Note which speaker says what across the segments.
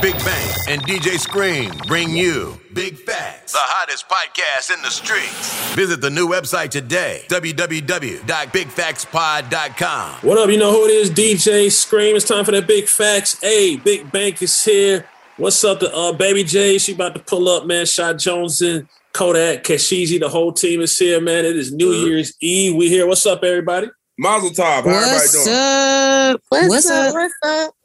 Speaker 1: Big Bang and DJ Scream bring you Big Facts, the hottest podcast in the streets. Visit the new website today, www.bigfactspod.com.
Speaker 2: What up? You know who it is? DJ Scream. It's time for that big facts. Hey, Big Bank is here. What's up to uh, Baby J? She about to pull up, man. Shot Jones and Kodak, Kashizi, the whole team is here, man. It is New Year's Eve. We here. What's up, everybody?
Speaker 3: Mazel tov. How everybody doing?
Speaker 4: up? What's, up?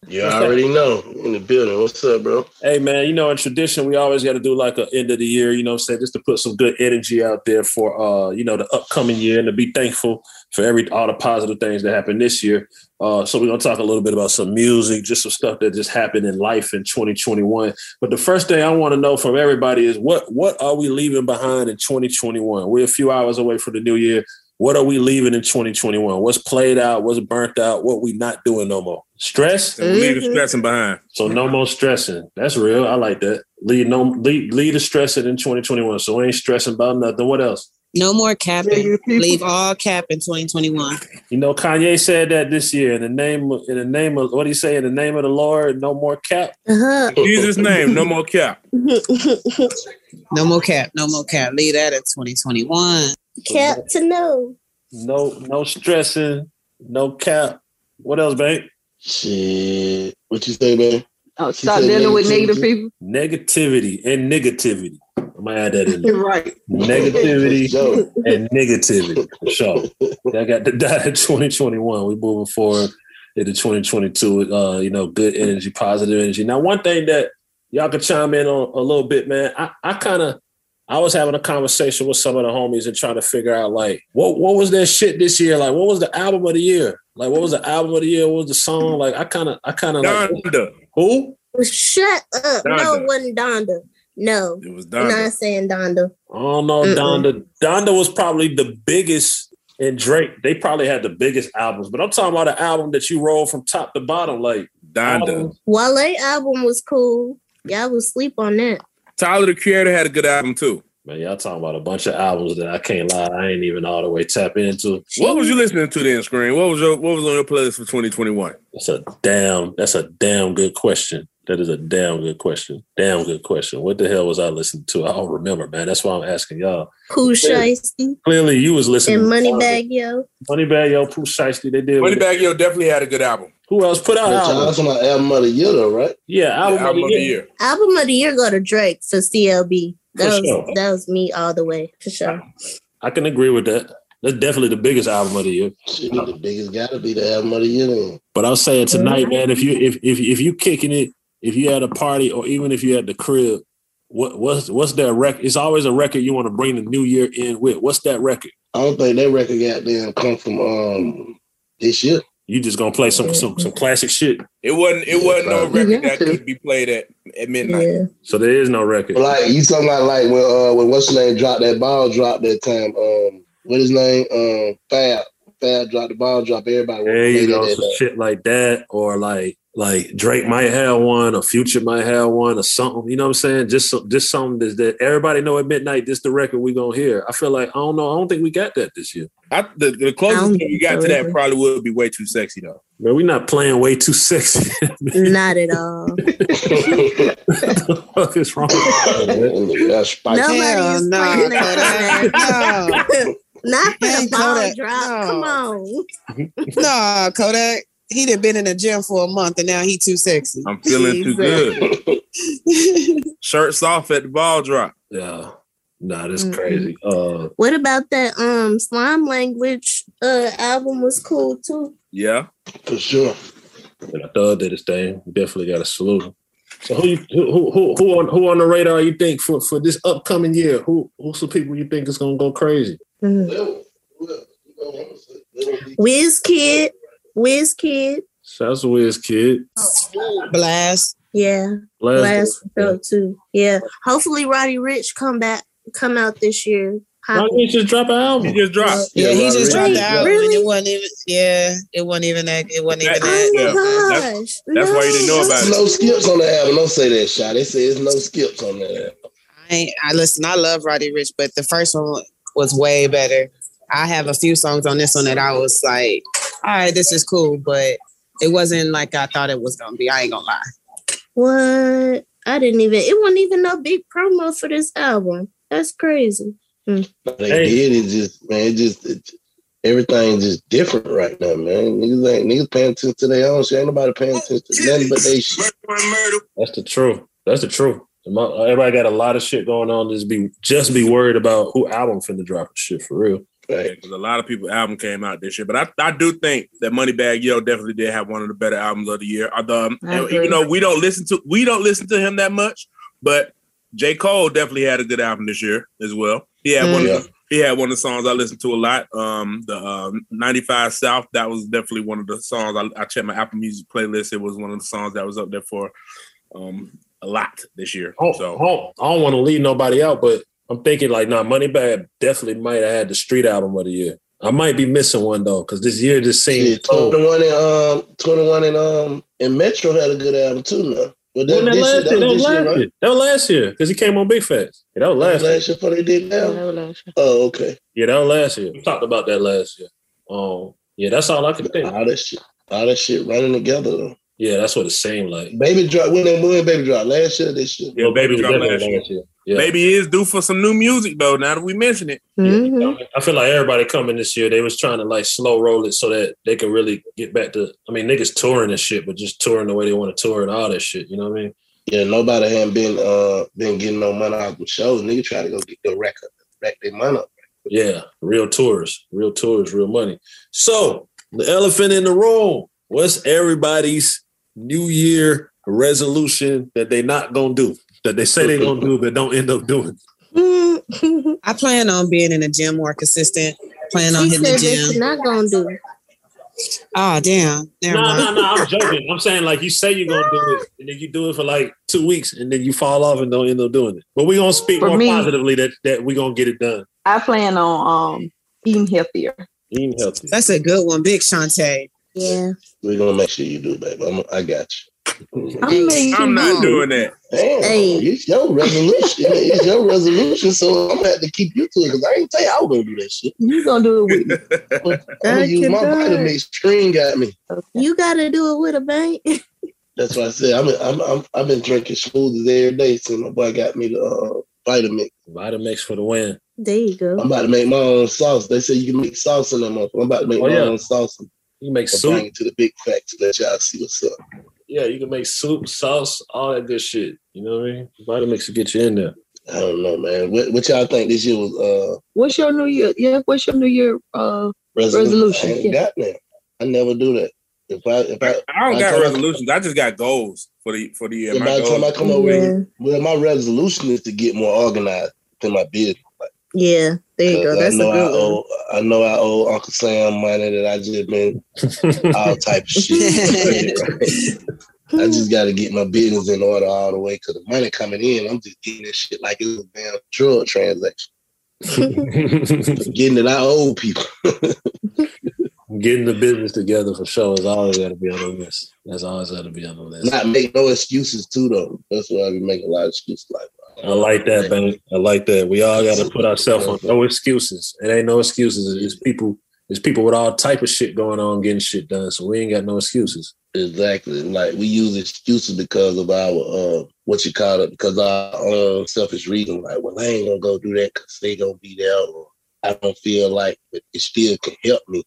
Speaker 5: Yeah, I already know. In the building. What's up, bro?
Speaker 2: Hey, man, you know, in tradition, we always got to do like an end of the year, you know what I'm saying, just to put some good energy out there for, uh, you know, the upcoming year and to be thankful for every all the positive things that happened this year. Uh, so we're going to talk a little bit about some music, just some stuff that just happened in life in 2021. But the first thing I want to know from everybody is what what are we leaving behind in 2021? We're a few hours away from the new year. What are we leaving in 2021? What's played out? What's burnt out? What we not doing no more? Stress?
Speaker 3: So leave the stressing behind.
Speaker 2: So no more stressing. That's real. I like that. Lead no lead lead the stressing in 2021. So we ain't stressing about nothing. What else?
Speaker 4: No more capping. Leave all cap in 2021.
Speaker 2: You know, Kanye said that this year in the name of, in the name of what do you say in the name of the Lord, no more cap.
Speaker 4: Uh-huh.
Speaker 3: Jesus' name, no more cap.
Speaker 4: No more cap. No more cap. Leave that in 2021.
Speaker 2: Cap to no. No no stressing, no cap. What else, babe?
Speaker 5: Shit. What you say, man?
Speaker 6: Oh, stop dealing with negative people.
Speaker 2: Negativity and negativity. I'm gonna add that in there.
Speaker 6: right.
Speaker 2: Negativity.
Speaker 5: Yo,
Speaker 2: and negativity for sure. That got to die in 2021. We're moving forward into 2022 with uh, you know, good energy, positive energy. Now, one thing that y'all could chime in on a little bit, man. I, I kind of I was having a conversation with some of the homies and trying to figure out like what what was that shit this year? Like what was the album of the year? Like what was the album of the year? What was the song? Like I kind of I kind of like
Speaker 3: Donda.
Speaker 2: who?
Speaker 7: Shut up. No,
Speaker 3: Donda.
Speaker 7: it wasn't Donda. No.
Speaker 3: It was
Speaker 7: I'm
Speaker 3: Donda.
Speaker 7: not saying Donda.
Speaker 2: I don't know,
Speaker 7: Mm-mm.
Speaker 2: Donda. Donda was probably the biggest, and Drake. They probably had the biggest albums, but I'm talking about an album that you roll from top to bottom, like
Speaker 3: Donda.
Speaker 2: albums.
Speaker 7: Um, Wale album was cool. Y'all was sleep on that.
Speaker 3: Tyler the Creator had a good album too.
Speaker 2: Man, y'all talking about a bunch of albums that I can't lie, I ain't even all the way tap into.
Speaker 3: What was you listening to then, Screen? What was your what was on your playlist for 2021?
Speaker 2: That's a damn. That's a damn good question. That is a damn good question. Damn good question. What the hell was I listening to? I don't remember, man. That's why I'm asking y'all.
Speaker 7: Cool
Speaker 2: Yeah.
Speaker 7: Shiesty
Speaker 2: Clearly, you was listening.
Speaker 7: and
Speaker 2: to
Speaker 7: Moneybag Yo.
Speaker 2: Moneybag, yo, Pooh Shiesty. They did. with it.
Speaker 3: Moneybag Yo definitely had a good album.
Speaker 2: Who else put
Speaker 5: but
Speaker 2: out?
Speaker 5: y'all
Speaker 2: albums?
Speaker 5: talking about album of the year, though, right?
Speaker 2: Yeah,
Speaker 3: Yeah,
Speaker 2: album, of the year.
Speaker 7: Album of the year go to Drake for CLB. That
Speaker 2: For
Speaker 7: was
Speaker 2: sure.
Speaker 7: that was me all the way for sure.
Speaker 2: I can agree with that. That's definitely the biggest album of the year.
Speaker 5: the biggest gotta be the album of the year. then.
Speaker 2: But I'm saying tonight, man, if you if if if you kicking it, if you at a party or even if you at the crib, what what's what's that record? It's always a record you want to bring the new year in with. What's that record?
Speaker 5: I don't think that record got damn come from um this year.
Speaker 2: You just gonna play some some some classic shit.
Speaker 3: It wasn't. It wasn't no record that could be played at at midnight.
Speaker 2: So there is no record.
Speaker 5: But like you talking about like when uh when what's his name dropped that ball drop that time. Um what his name? Um Fab. Fab dropped the ball drop. Everybody
Speaker 2: There you
Speaker 5: wanted
Speaker 2: go,
Speaker 5: that
Speaker 2: some shit like that, or like like Drake might have one, or Future might have one, or something. You know what I'm saying? Just some, just something that, that everybody know at midnight. This the record we gonna hear. I feel like I don't know. I don't think we got that this year.
Speaker 3: I, the, the
Speaker 7: I
Speaker 3: closest
Speaker 7: don't
Speaker 3: thing we got
Speaker 7: think
Speaker 3: to
Speaker 7: so
Speaker 3: that
Speaker 7: either.
Speaker 3: probably would be way too sexy though.
Speaker 2: Man, we not playing way too sexy.
Speaker 7: Not at all.
Speaker 2: What is wrong? with that, man?
Speaker 5: Nigga, that's spicy.
Speaker 7: Nobody
Speaker 4: Hell
Speaker 7: is
Speaker 4: no,
Speaker 7: playing that.
Speaker 4: Kodak. No,
Speaker 7: Not for the
Speaker 4: Ain't
Speaker 7: ball
Speaker 4: Kodak.
Speaker 7: drop.
Speaker 4: No.
Speaker 7: Come on.
Speaker 4: no, Kodak. He done been in the gym for a month and now he too sexy.
Speaker 3: I'm feeling too good. Shirts off at the ball drop.
Speaker 2: Yeah, nah, that's
Speaker 7: Mm-mm.
Speaker 2: crazy. Uh,
Speaker 7: What about that um slime language uh album was cool too.
Speaker 3: Yeah.
Speaker 5: For sure.
Speaker 2: and I thought did his thing. We Definitely got to salute him. So who you, who who who who on who on the radar you think for for this upcoming year? Who who's the people you think is gonna go crazy?
Speaker 7: Wiz Kid. Wiz Kid.
Speaker 2: Shouts to Wiz Kid.
Speaker 4: Blast.
Speaker 7: Yeah.
Speaker 2: Last,
Speaker 7: Last felt too. Yeah. Hopefully Roddy Rich come back come out this year. Pop-
Speaker 2: Rodney just drop an
Speaker 3: He
Speaker 2: album.
Speaker 3: just dropped.
Speaker 4: Yeah, he
Speaker 5: Roddy
Speaker 4: just dropped
Speaker 5: Ricch
Speaker 4: the album and
Speaker 7: Really?
Speaker 4: it wasn't even yeah, it wasn't even that it wasn't even
Speaker 3: That-
Speaker 4: that.
Speaker 7: Oh my
Speaker 3: Yeah, that's-
Speaker 7: gosh.
Speaker 3: that's why you didn't know about
Speaker 5: There's
Speaker 3: it.
Speaker 5: no skips on the album. Don't say that, shot. They say there's no skips on that album.
Speaker 4: I ain't, I listen. I love Roddy Rich, but the first one was way better. I have a few songs on this one that I was like, all right, this is cool, but it wasn't like I thought it was gonna be. I ain't gonna lie.
Speaker 7: What? I didn't even it wasn't even no big promo for this album. That's crazy.
Speaker 5: But They
Speaker 2: Hey.
Speaker 5: did it just man, it just it, everything's just different right now, man. Niggas ain't niggas paying attention to their own shit. Ain't nobody paying attention to nothing but they shit.
Speaker 2: That's the truth. That's the truth. My- Everybody got a lot of shit going on. Just be just be worried about who album finna drop and shit for real.
Speaker 5: Right.
Speaker 3: Because a lot of people album came out this year, but I, I do think that Moneybag Yo definitely did have one of the better albums of the year. I, Um,
Speaker 7: I
Speaker 3: and
Speaker 7: agree.
Speaker 3: even though we don't listen to we don't listen to him that much, but J Cole definitely had a good album this year as well. He had one.
Speaker 5: Mm. Yeah.
Speaker 3: Of, he had one of the songs I listened to a lot. Um, the um, '95 South. That was definitely one of the songs I, I checked my Apple Music playlist. It was one of the songs that was up there for um a lot this year.
Speaker 2: I don't,
Speaker 3: So
Speaker 2: I don't, I don't want to leave nobody out, but I'm thinking like, nah, Moneybag definitely might have had the street album of the year. I might be missing one though, because this year just
Speaker 5: Yeah,
Speaker 2: seemed total.
Speaker 5: twenty one and um twenty one and um and Metro had a good album too now. But that,
Speaker 2: Wasn't that
Speaker 5: this,
Speaker 2: last
Speaker 5: year-
Speaker 2: year? That
Speaker 5: that
Speaker 2: was
Speaker 5: was this
Speaker 2: last
Speaker 5: year,
Speaker 2: year.
Speaker 5: right?
Speaker 2: That was last year because he came on Big Fats. Yeah, that was
Speaker 5: That was
Speaker 2: last year.
Speaker 5: last year before they did that. Oh, okay.
Speaker 2: Yeah, that was last year. We talked about that last year. Um, yeah, that's all I could think.
Speaker 5: All that shit. All that shit running together though.
Speaker 2: Yeah, that's what it seemed like.
Speaker 5: Baby drop when they when baby drop last year, this year.
Speaker 3: yeah, baby dropped
Speaker 2: Definitely
Speaker 3: last year.
Speaker 2: last year. Yeah.
Speaker 3: Baby is due for some new music though. Now that we mention it.
Speaker 6: Mm-hmm.
Speaker 7: Mhm.
Speaker 2: I feel like everybody coming this year, they was trying to like slow roll it so that they could really get back to. I mean, niggas touring and shit, but just touring the way they want to tour and all that shit. You know what I mean?
Speaker 5: Yeah, nobody had been uh been getting no money out of shows. Nigga try to go get their record, rack their money up.
Speaker 2: Yeah, real tours, real tours, real money. So the elephant in the room. What's everybody's New Year resolution that they not gonna do? That they say they gonna do, but don't end up doing.
Speaker 7: Mhm.
Speaker 4: I plan on being in the gym more consistent. Plan on
Speaker 7: She
Speaker 4: hitting
Speaker 7: said
Speaker 4: the
Speaker 7: that she
Speaker 4: gym.
Speaker 7: not gonna do it.
Speaker 4: Oh damn! Never
Speaker 2: No,
Speaker 4: mind.
Speaker 2: no, no. I'm joking. I'm saying like you say you're gonna do it, and then you do it for like two weeks, and then you fall off and don't end up doing it. But we're gonna speak
Speaker 6: For
Speaker 2: more
Speaker 6: me-
Speaker 2: positively that that we're gonna get it done.
Speaker 6: I plan on um eating healthier.
Speaker 2: Eating healthy.
Speaker 4: That's a good one, Big Shantae.
Speaker 7: Yeah.
Speaker 5: We're gonna make sure you do, baby. I'm, I got you.
Speaker 6: I'm, making
Speaker 3: I'm
Speaker 6: you-
Speaker 3: not doing that.
Speaker 5: Damn,
Speaker 7: Hey.
Speaker 5: it's your resolution. it's your resolution, so I'm gonna have to keep you to it because I ain't tell you I was gonna do that shit.
Speaker 6: You gonna do it with me.
Speaker 5: I'm gonna
Speaker 6: Thank
Speaker 5: use
Speaker 6: you,
Speaker 5: my
Speaker 6: God.
Speaker 5: vitamin stream got me.
Speaker 7: You gotta do it with a bank.
Speaker 5: That's why I said I'm, I'm, I'm I've been drinking smoothies every day since my boy got me the uh, vitamin.
Speaker 2: Vitamix for the win.
Speaker 7: there you
Speaker 5: I'm
Speaker 7: go.
Speaker 5: about to make my own sauce. They say you can make sauce in that motherfucker. I'm about to make
Speaker 2: Oh,
Speaker 5: my
Speaker 2: yeah.
Speaker 5: own sauce and
Speaker 2: You can make
Speaker 5: bring
Speaker 2: soup.
Speaker 5: it to the big facts. Let y'all see what's up.
Speaker 2: Yeah, you can make soup, sauce, all that good shit. You know what I mean? Vitamix will get you in there.
Speaker 5: I don't know, man. What, what y'all think this year was uh
Speaker 8: What's your New Year? Yeah, what's your New Year uh,
Speaker 5: resolution?
Speaker 8: resolution?
Speaker 5: I ain't
Speaker 8: Yeah.
Speaker 5: got that. I never do that. If I if I,
Speaker 3: I don't
Speaker 5: by
Speaker 3: got
Speaker 5: the time
Speaker 3: resolutions. I just got goals for the for the year.
Speaker 5: Yeah,
Speaker 3: My
Speaker 5: by the
Speaker 3: goals-
Speaker 5: time I come over here, well, my resolution is to get more organized in my business.
Speaker 7: Yeah, there you go.
Speaker 5: Because
Speaker 7: That's a
Speaker 5: I know I
Speaker 7: good one.
Speaker 5: owe, I know I owe Uncle Sam money that I just been all type of shit. I just got to get my business in order all the way because the money coming in, I'm just getting this shit like it's a damn drug transaction. Forgetting that I owe people.
Speaker 2: Getting the business together for sure is always got to be on the list. That's always got to be on the list.
Speaker 5: Not make no excuses too though. That's why I be making a lot of excuses. Like
Speaker 2: I like that, man. I like that. We all got to put ourselves on no excuses. It ain't no excuses. It's people. It's people with all type of shit going on, getting shit done. So we ain't got no excuses.
Speaker 5: Exactly. Like we use excuses because of our uh, what you call it, because our own selfish reason. Like, well, I ain't gonna go do that because they gonna be there, or I don't feel like but it still can help me.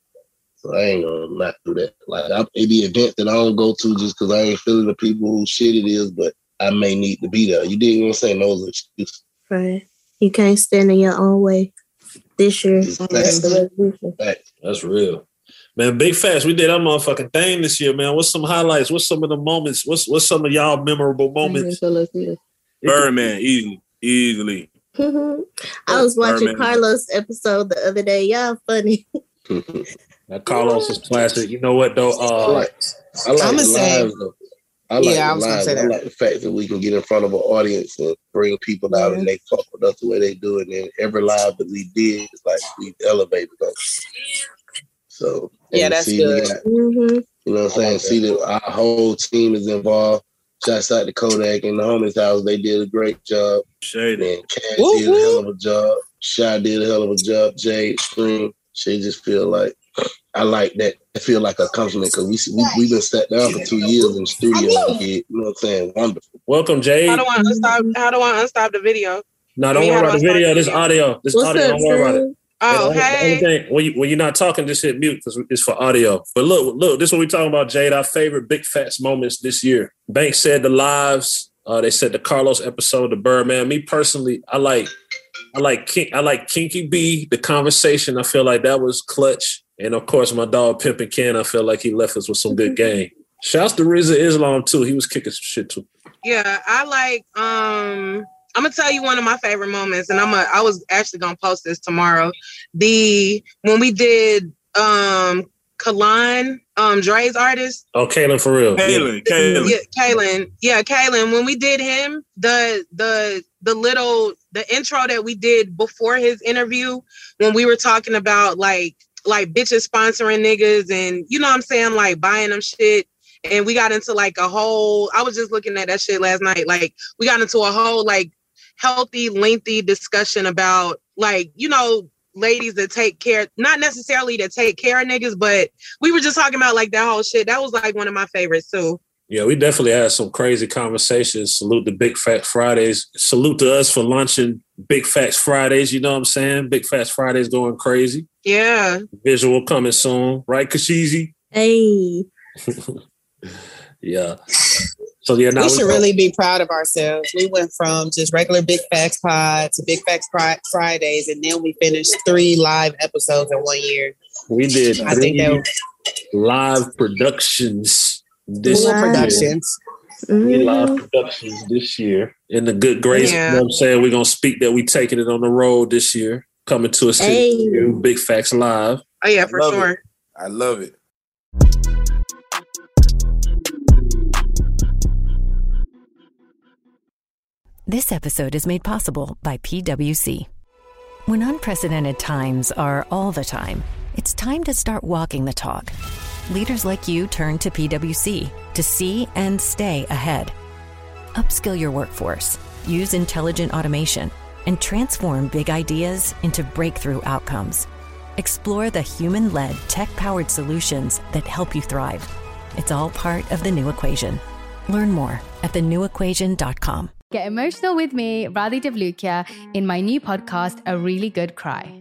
Speaker 5: So I ain't gonna not do that. Like, I, it be events that I don't go to just because I ain't feeling the people whose shit it is, but I may need to be there. You didn't even say no excuses.
Speaker 7: Right. You can't stand in your own way this year. That's the resolution.
Speaker 2: That's real, man. Big fast. We did our motherfucking thing this year, man. What's some highlights? What's some of the moments? What's what's some of y'all memorable moments?
Speaker 3: Birdman, easily, easily.
Speaker 7: I was watching
Speaker 2: Birdman.
Speaker 7: Carlos episode the other day. Y'all funny.
Speaker 2: Now Carlos is classic. You know what though? Uh,
Speaker 5: I like
Speaker 7: I'ma
Speaker 5: the
Speaker 7: say-
Speaker 5: lives, though. I like
Speaker 7: Yeah, I
Speaker 5: the
Speaker 7: was gonna
Speaker 5: lives.
Speaker 7: say
Speaker 5: I
Speaker 7: that.
Speaker 5: like the fact that we can get in front of an audience and bring people out
Speaker 7: Mm-hmm.
Speaker 5: and they fuck with us the way they do it. And then every live that we did is like we elevated us. So and
Speaker 9: Yeah, that's
Speaker 5: see, we
Speaker 9: good.
Speaker 5: got-
Speaker 7: Mm-hmm.
Speaker 5: you know what I'm saying? See that our whole team is involved. Shouts out to Kodak and the homies house. They did a great job.
Speaker 3: Shady.
Speaker 5: And Cash did a hell of a job. Shy did a hell of a job. Jade Spring. She just feel like I like that. I feel like accomplishment because we we we've been sat down for two years in the studio. And did, you know what I'm saying? Wonderful.
Speaker 2: Welcome, Jade.
Speaker 9: How do I unstop? How do I unstop the video?
Speaker 2: No, don't worry about the video. This audio. This
Speaker 9: What's
Speaker 2: audio.
Speaker 9: up,
Speaker 2: don't worry about
Speaker 9: Sam?
Speaker 2: it.
Speaker 9: Oh,
Speaker 2: The only- the
Speaker 9: hey.
Speaker 2: only thing- when, you, when you're not talking, just hit mute because it's for audio. But look, look, this is what we're talking about, Jade. Our favorite big fats moments this year. Banks said the lives. Uh, they said the Carlos episode, the Birdman. Me personally, I like, I like, Kin- I like Kinky B. The conversation. I feel like that was clutch. And of course, my dog Pimpin' Ken. I feel like he left us with some good game. Shouts to Riza Islam too. He was kicking some shit too.
Speaker 9: Yeah, I like um I'm gonna tell you one of my favorite moments, and I'm a, I was actually gonna post this tomorrow. The when we did um Kalan, um Dre's artist.
Speaker 2: Oh, Kalen for real.
Speaker 3: Kalen, Kalen.
Speaker 9: Yeah, Kalen. Yeah, Kalen. When we did him, the the the little the intro that we did before his interview, when we were talking about like like bitches sponsoring niggas and you know what I'm saying, like buying them shit. And we got into like a whole I was just looking at that shit last night. Like we got into a whole like healthy, lengthy discussion about like, you know, ladies that take care, not necessarily to take care of niggas, but we were just talking about like that whole shit. That was like one of my favorites too.
Speaker 2: Yeah, we definitely had some crazy conversations. Salute to Big Fat Fridays. Salute to us for launching Big Facts Fridays. You know what I'm saying? Big Facts Fridays going crazy.
Speaker 9: Yeah.
Speaker 2: Visual coming soon, right, Kashizi?
Speaker 7: Hey.
Speaker 2: Yeah. So yeah, now
Speaker 9: We
Speaker 2: we,
Speaker 9: should
Speaker 2: go-
Speaker 9: really- really- Really
Speaker 7: be proud of ourselves.
Speaker 9: We
Speaker 7: went
Speaker 9: from just regular Big Facts Pod to Big Facts Pri- Fridays, and then we finished three live episodes in one year.
Speaker 2: we did
Speaker 9: I
Speaker 2: three
Speaker 9: think that-
Speaker 2: live productions this
Speaker 9: Full
Speaker 2: year.
Speaker 9: productions.
Speaker 2: Three
Speaker 9: Mm-hmm.
Speaker 2: live productions this year. In the good grace, you know what I'm saying? We're gonna speak that we taking it on the road this year, coming to a city.
Speaker 9: Hey.
Speaker 2: near you, Big Facts Live.
Speaker 9: Oh yeah, for sure.
Speaker 3: I love it.
Speaker 10: This episode is made possible by PWC. When unprecedented times are all the time, it's time to start walking the talk. Leaders like you turn to PWC to see and stay ahead. Upskill your workforce, use intelligent automation, and transform big ideas into breakthrough outcomes. Explore the human led, tech powered solutions that help you thrive. It's all part of the new equation. Learn more at thenewequation.com.
Speaker 11: Get emotional with me, Radhi Devlukia, in my new podcast, A Really Good Cry.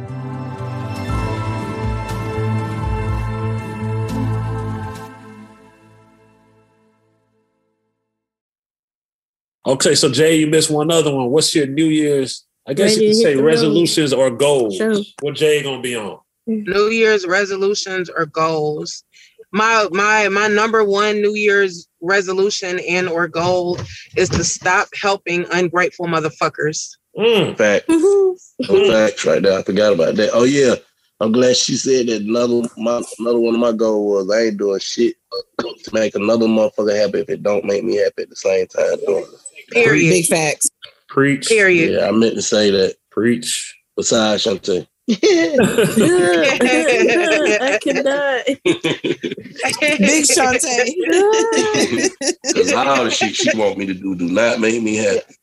Speaker 2: Okay, so Jay, you missed one other one. What's your New Year's? I guess you
Speaker 9: Ready
Speaker 2: could
Speaker 9: to hit
Speaker 2: say
Speaker 9: the road.
Speaker 2: resolutions or goals.
Speaker 9: True.
Speaker 2: What Jay gonna be on?
Speaker 9: New Year's resolutions or goals. My my my number one New Year's resolution and or goal is to stop helping ungrateful motherfuckers.
Speaker 2: Mm.
Speaker 5: Facts. Some facts right there. I forgot about that. Oh yeah. I'm glad she said that another my, another one of my goals was I ain't doing shit but to make another motherfucker happy if it don't make me happy at the same time doing it.
Speaker 9: Period. Big facts.
Speaker 2: Preach.
Speaker 9: Period.
Speaker 5: Yeah, I meant to say that.
Speaker 2: Preach.
Speaker 5: Besides Shantae.
Speaker 9: I
Speaker 1: cannot.
Speaker 9: Big Shantae.
Speaker 5: Because all the shit she want me to do do not make me happy.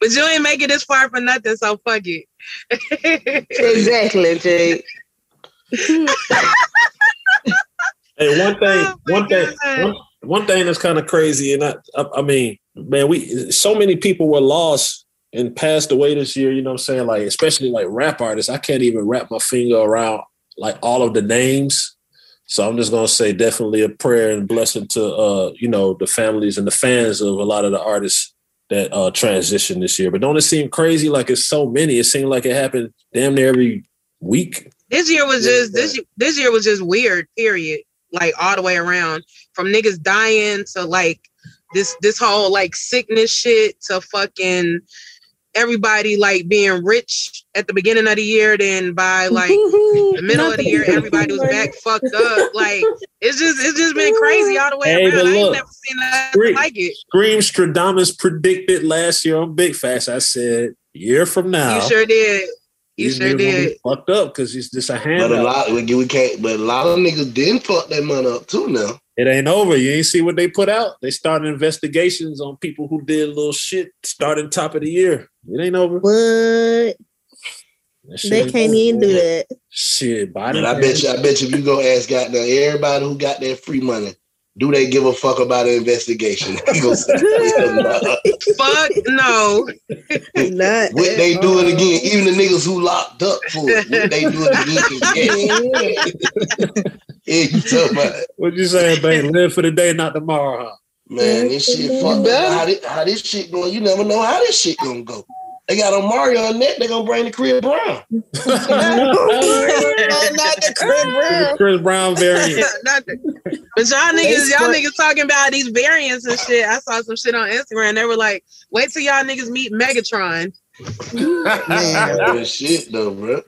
Speaker 9: But you ain't make it this far for nothing, so fuck it.
Speaker 1: Exactly,
Speaker 9: Jake.
Speaker 2: Hey, one thing, one thing, one, one thing that's kind of crazy, and I, I, I mean, man, we so many people were lost and passed away this year. You know what I'm saying? Like, especially like rap artists, I can't even wrap my finger around like all of the names. So I'm just gonna say definitely a prayer and blessing to uh, you know the families and the fans of a lot of the artists that uh transitioned this year. But don't it seem crazy? Like it's so many. It seemed like it happened damn near every week.
Speaker 9: This year was just this y- this year was just weird, period. Like all the way around. From niggas dying to like this this whole like sickness shit to fucking everybody like being rich at the beginning of the year, then by like the middle of the year, everybody was back fucked up. Like it's just it's just been crazy all the way
Speaker 2: Hey,
Speaker 9: around.
Speaker 2: but
Speaker 9: I ain't
Speaker 2: look,
Speaker 9: never seen nothing
Speaker 2: Scream,
Speaker 9: like it.
Speaker 2: Scream Stradamus predicted last year on Big Fast. I said, year from now.
Speaker 9: You sure did. You
Speaker 2: these
Speaker 9: sure
Speaker 2: niggas gonna be
Speaker 9: did.
Speaker 2: Fucked up because it's just a
Speaker 5: But a
Speaker 2: handout.
Speaker 5: lot we, we can't but a lot of niggas didn't fuck that money up too now.
Speaker 2: It ain't over. You ain't see what they put out. They started investigations on people who did little shit starting top of the year. It ain't over.
Speaker 7: What? They can't even do that.
Speaker 2: Shit, Biden.
Speaker 5: And I bet you, I bet you, if you go ask goddamn everybody who got that free money, do they give a fuck about an investigation? They gonna say, "No."
Speaker 9: Fuck no.
Speaker 5: would they do it again? Even the niggas who locked up for it, would they do it again? Yes. yeah, you talking about it.
Speaker 2: What you saying, babe? Live for the day, not tomorrow, huh?
Speaker 5: man? This shit fucked up. How this, how this shit going? You never know how this shit gonna go. They got on Mario on net. They gonna bring the crib Brown.
Speaker 9: Oh, Not the Chris Brown.
Speaker 2: Chris Brown variant.
Speaker 9: Not the- but y'all niggas, y'all niggas talking about these variants and shit. I saw some shit on Instagram. They were like, "Wait till y'all niggas meet Megatron."
Speaker 5: That shit though, bro.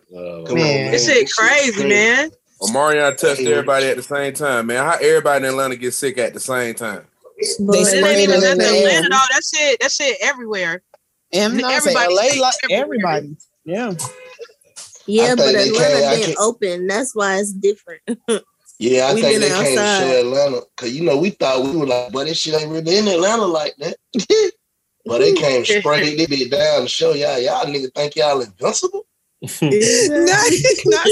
Speaker 5: Come on,
Speaker 3: Man.
Speaker 9: This shit crazy, man.
Speaker 3: Omarion touched everybody at the same time, man. How everybody in Atlanta get sick at the same time?
Speaker 4: They
Speaker 9: That ain't even just Atlanta,
Speaker 4: sprayed
Speaker 9: though. That shit, that shit everywhere.
Speaker 4: him.
Speaker 9: Everybody
Speaker 4: Everybody, LA,
Speaker 9: speaks
Speaker 4: like everybody. Yeah.
Speaker 7: Yeah,
Speaker 5: I
Speaker 7: but
Speaker 5: think they
Speaker 7: Atlanta
Speaker 5: came- I
Speaker 7: been
Speaker 5: can't-
Speaker 7: open. That's why it's different.
Speaker 5: Yeah, I
Speaker 7: We been
Speaker 5: think they came to
Speaker 7: outside.
Speaker 5: show Atlanta because you know we thought we were like, but this shit ain't really in Atlanta like that. but they came straight, they be down to show y'all. Y'all niggas think y'all invincible. Mm-hmm.
Speaker 4: not, not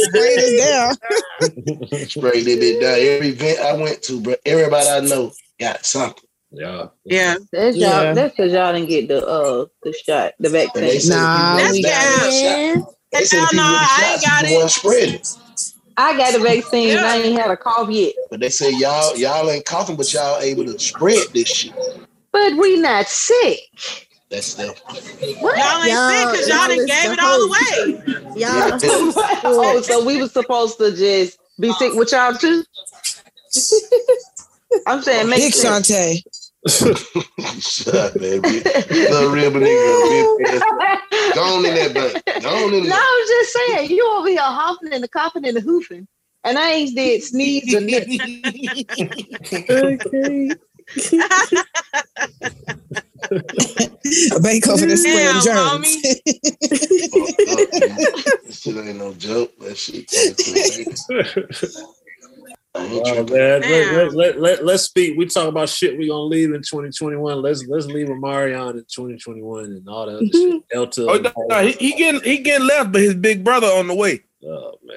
Speaker 4: sprayed us down.
Speaker 5: Straight, they be down. Every event I went to, bro, everybody I know got something.
Speaker 2: Yeah,
Speaker 9: Yeah.
Speaker 6: That's
Speaker 5: Yeah.
Speaker 6: y'all. That's because y'all didn't get the uh the shot, the vaccine.
Speaker 5: Nah, That's we got the
Speaker 6: yeah.
Speaker 5: They said the people with the shots is the one spreading.
Speaker 6: I got the vaccine. I ain't had a cough yet.
Speaker 5: But they say y'all y'all ain't coughing, but y'all able to spread this shit.
Speaker 6: But we not sick.
Speaker 5: That's them.
Speaker 9: Y'all ain't
Speaker 6: Y'all-
Speaker 9: sick because y'all
Speaker 6: y'all
Speaker 9: done
Speaker 6: is
Speaker 9: gave
Speaker 6: the
Speaker 9: it all away.
Speaker 6: Y'all. oh, so we were supposed to just be sick with y'all too. I'm saying, make
Speaker 4: Big
Speaker 6: sense.
Speaker 4: Sante.
Speaker 5: Shut up, baby. Little real nigga. rib ass. Gone in that bank. Gone in
Speaker 6: No,
Speaker 5: that.
Speaker 6: I'm just saying, you over here huffing and coughing and hoofing, and I ain't did sneeze or nothing. okay.
Speaker 4: A bank over the spread of germs.
Speaker 5: This shit ain't no joke. That shit.
Speaker 2: Wow, Oh, man. Let, let, let, let, let's speak. We talk about shit we gonna leave in 2021. Let's let's leave with Marion in 2021 and all that other
Speaker 9: Mm-hmm.
Speaker 2: shit. Delta.
Speaker 3: Oh, no, no, he, he getting he getting left, but his big brother on the way.
Speaker 2: Oh man.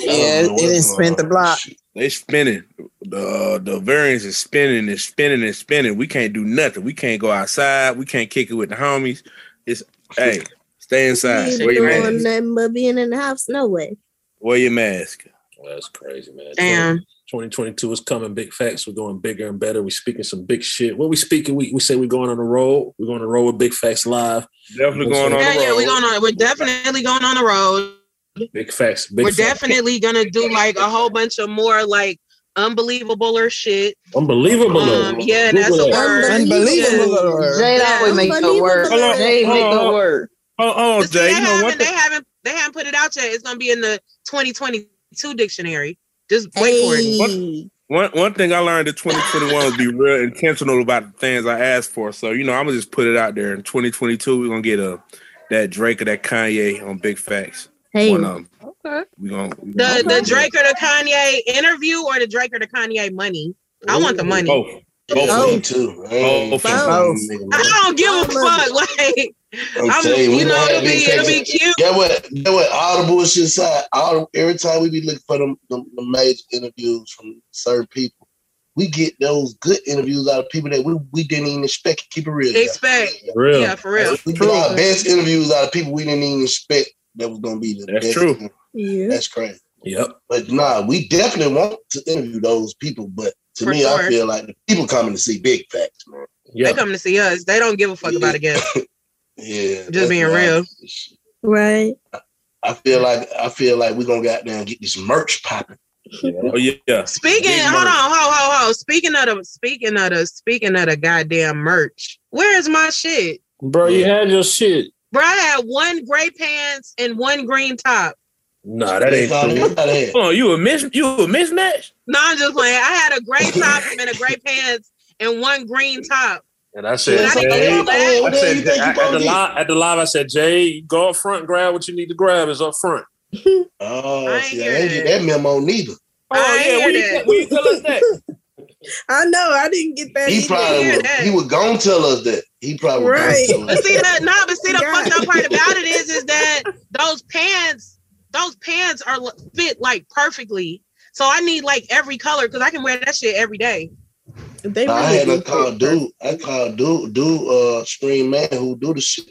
Speaker 4: Yeah, it didn't spin the block.
Speaker 3: They spinning. The the variance is spinning and spinning and spinning. We can't do nothing. We can't go outside. We can't kick it with the homies. It's hey, stay
Speaker 7: You
Speaker 3: inside.
Speaker 7: ain't
Speaker 3: Wear your
Speaker 7: doing
Speaker 3: mask.
Speaker 7: nothing but being in the house. No way.
Speaker 3: Wear your mask.
Speaker 2: Well, that's crazy, man.
Speaker 7: Damn.
Speaker 2: 2022 is coming. Big facts. We're going bigger and better. We're speaking some big shit. What we speaking? We, we say we're going on the road. We're going on the road with Big Facts Live.
Speaker 3: Definitely
Speaker 9: Yeah, yeah, we're going on. We're definitely going on the road.
Speaker 2: Big Facts. Big
Speaker 9: we're
Speaker 2: facts.
Speaker 9: definitely gonna do like a whole bunch of more like unbelievable or shit.
Speaker 2: Unbelievable.
Speaker 9: Um, yeah, that's a
Speaker 2: Google that.
Speaker 9: word.
Speaker 6: Unbelievable. Jay always make the word.
Speaker 9: Hold on,
Speaker 6: Jay
Speaker 9: hold
Speaker 6: make
Speaker 9: on,
Speaker 6: the
Speaker 9: hold
Speaker 6: word.
Speaker 3: Oh, oh Jay,
Speaker 9: They
Speaker 3: you know
Speaker 9: haven't.
Speaker 3: what?
Speaker 9: They haven't. They haven't put it out yet. It's gonna be in the 2022 dictionary. Just wait for it.
Speaker 3: One one thing I learned in 2021 was be real intentional about the things I asked for. So you know, I'm gonna just put it out there. In 2022, we're gonna get a that Drake or that Kanye on Big Facts.
Speaker 7: Hey.
Speaker 3: One of 'em. We gonna
Speaker 9: The the Drake or the Kanye interview or the Drake or the Kanye money. I want the money.
Speaker 3: Both. Both.
Speaker 9: Both.
Speaker 6: Oh,
Speaker 5: Me too. Both.
Speaker 9: I don't give a fuck. Like
Speaker 5: I'm,
Speaker 9: I'm-
Speaker 5: telling you, we
Speaker 9: you
Speaker 5: gonna
Speaker 9: know, it'll
Speaker 5: have
Speaker 9: be
Speaker 5: big
Speaker 9: it'll be
Speaker 5: things.
Speaker 9: cute.
Speaker 5: Get what? Get what? All the bullshit aside, all every time we be looking for them, them, the major interviews from certain people, we get those good interviews out of people that we, we didn't even expect. to Keep it real. y'all.
Speaker 9: Expect.
Speaker 2: Real.
Speaker 9: Yeah, for real.
Speaker 5: We get our best interviews out of people we didn't even expect that was gonna be the That's best.
Speaker 3: true.
Speaker 7: Yeah.
Speaker 5: That's crazy.
Speaker 2: Yep.
Speaker 5: But nah, we definitely want to interview those people. But to
Speaker 9: For
Speaker 5: me, I
Speaker 9: sure.
Speaker 5: feel like the people coming to see big facts, man.
Speaker 9: They come to see us. They don't give a fuck about a guest.
Speaker 5: Yeah, that's
Speaker 9: Just being
Speaker 5: what I-
Speaker 9: real.
Speaker 7: Right.
Speaker 5: I feel like I feel like we're gonna get out there and get this merch popping.
Speaker 3: Oh yeah.
Speaker 9: Speaking, hold on, ho, ho, ho. Speaking of the, speaking of the, speaking of the goddamn merch. Where is my shit,
Speaker 2: Bro, you had your shit.
Speaker 9: bro? I had one gray pants and one green top.
Speaker 2: Nah, that ain't
Speaker 5: true.
Speaker 3: Hold on, you a miss you a mismatch?
Speaker 9: No, I'm just playing. I had a gray top and a gray pants and one green top.
Speaker 2: And I said,
Speaker 9: Should I
Speaker 2: Jay,
Speaker 9: go
Speaker 2: I
Speaker 9: back? What do you
Speaker 2: said,
Speaker 9: think you
Speaker 2: at, at
Speaker 9: gonna
Speaker 2: the
Speaker 9: do?
Speaker 2: live, at the live, I said, Jay, you go up front, grab what you need to grab is up front.
Speaker 5: Oh, see, I ain't get that memo neither.
Speaker 2: Oh,
Speaker 9: I ain't hear that.
Speaker 3: We tell us that.
Speaker 7: I know. I didn't get that.
Speaker 5: He
Speaker 7: either.
Speaker 5: probably would, he would gonna tell us that. He probably would
Speaker 7: Right.
Speaker 5: gonna tell us.
Speaker 9: But see the no, but see the fucked up part about it is is that those pants, those pants are li- fit like perfectly. So I need like every color because I can wear that shit every day.
Speaker 7: They
Speaker 5: I had to call dude. I called dude, dude, uh, stream man who do the shit.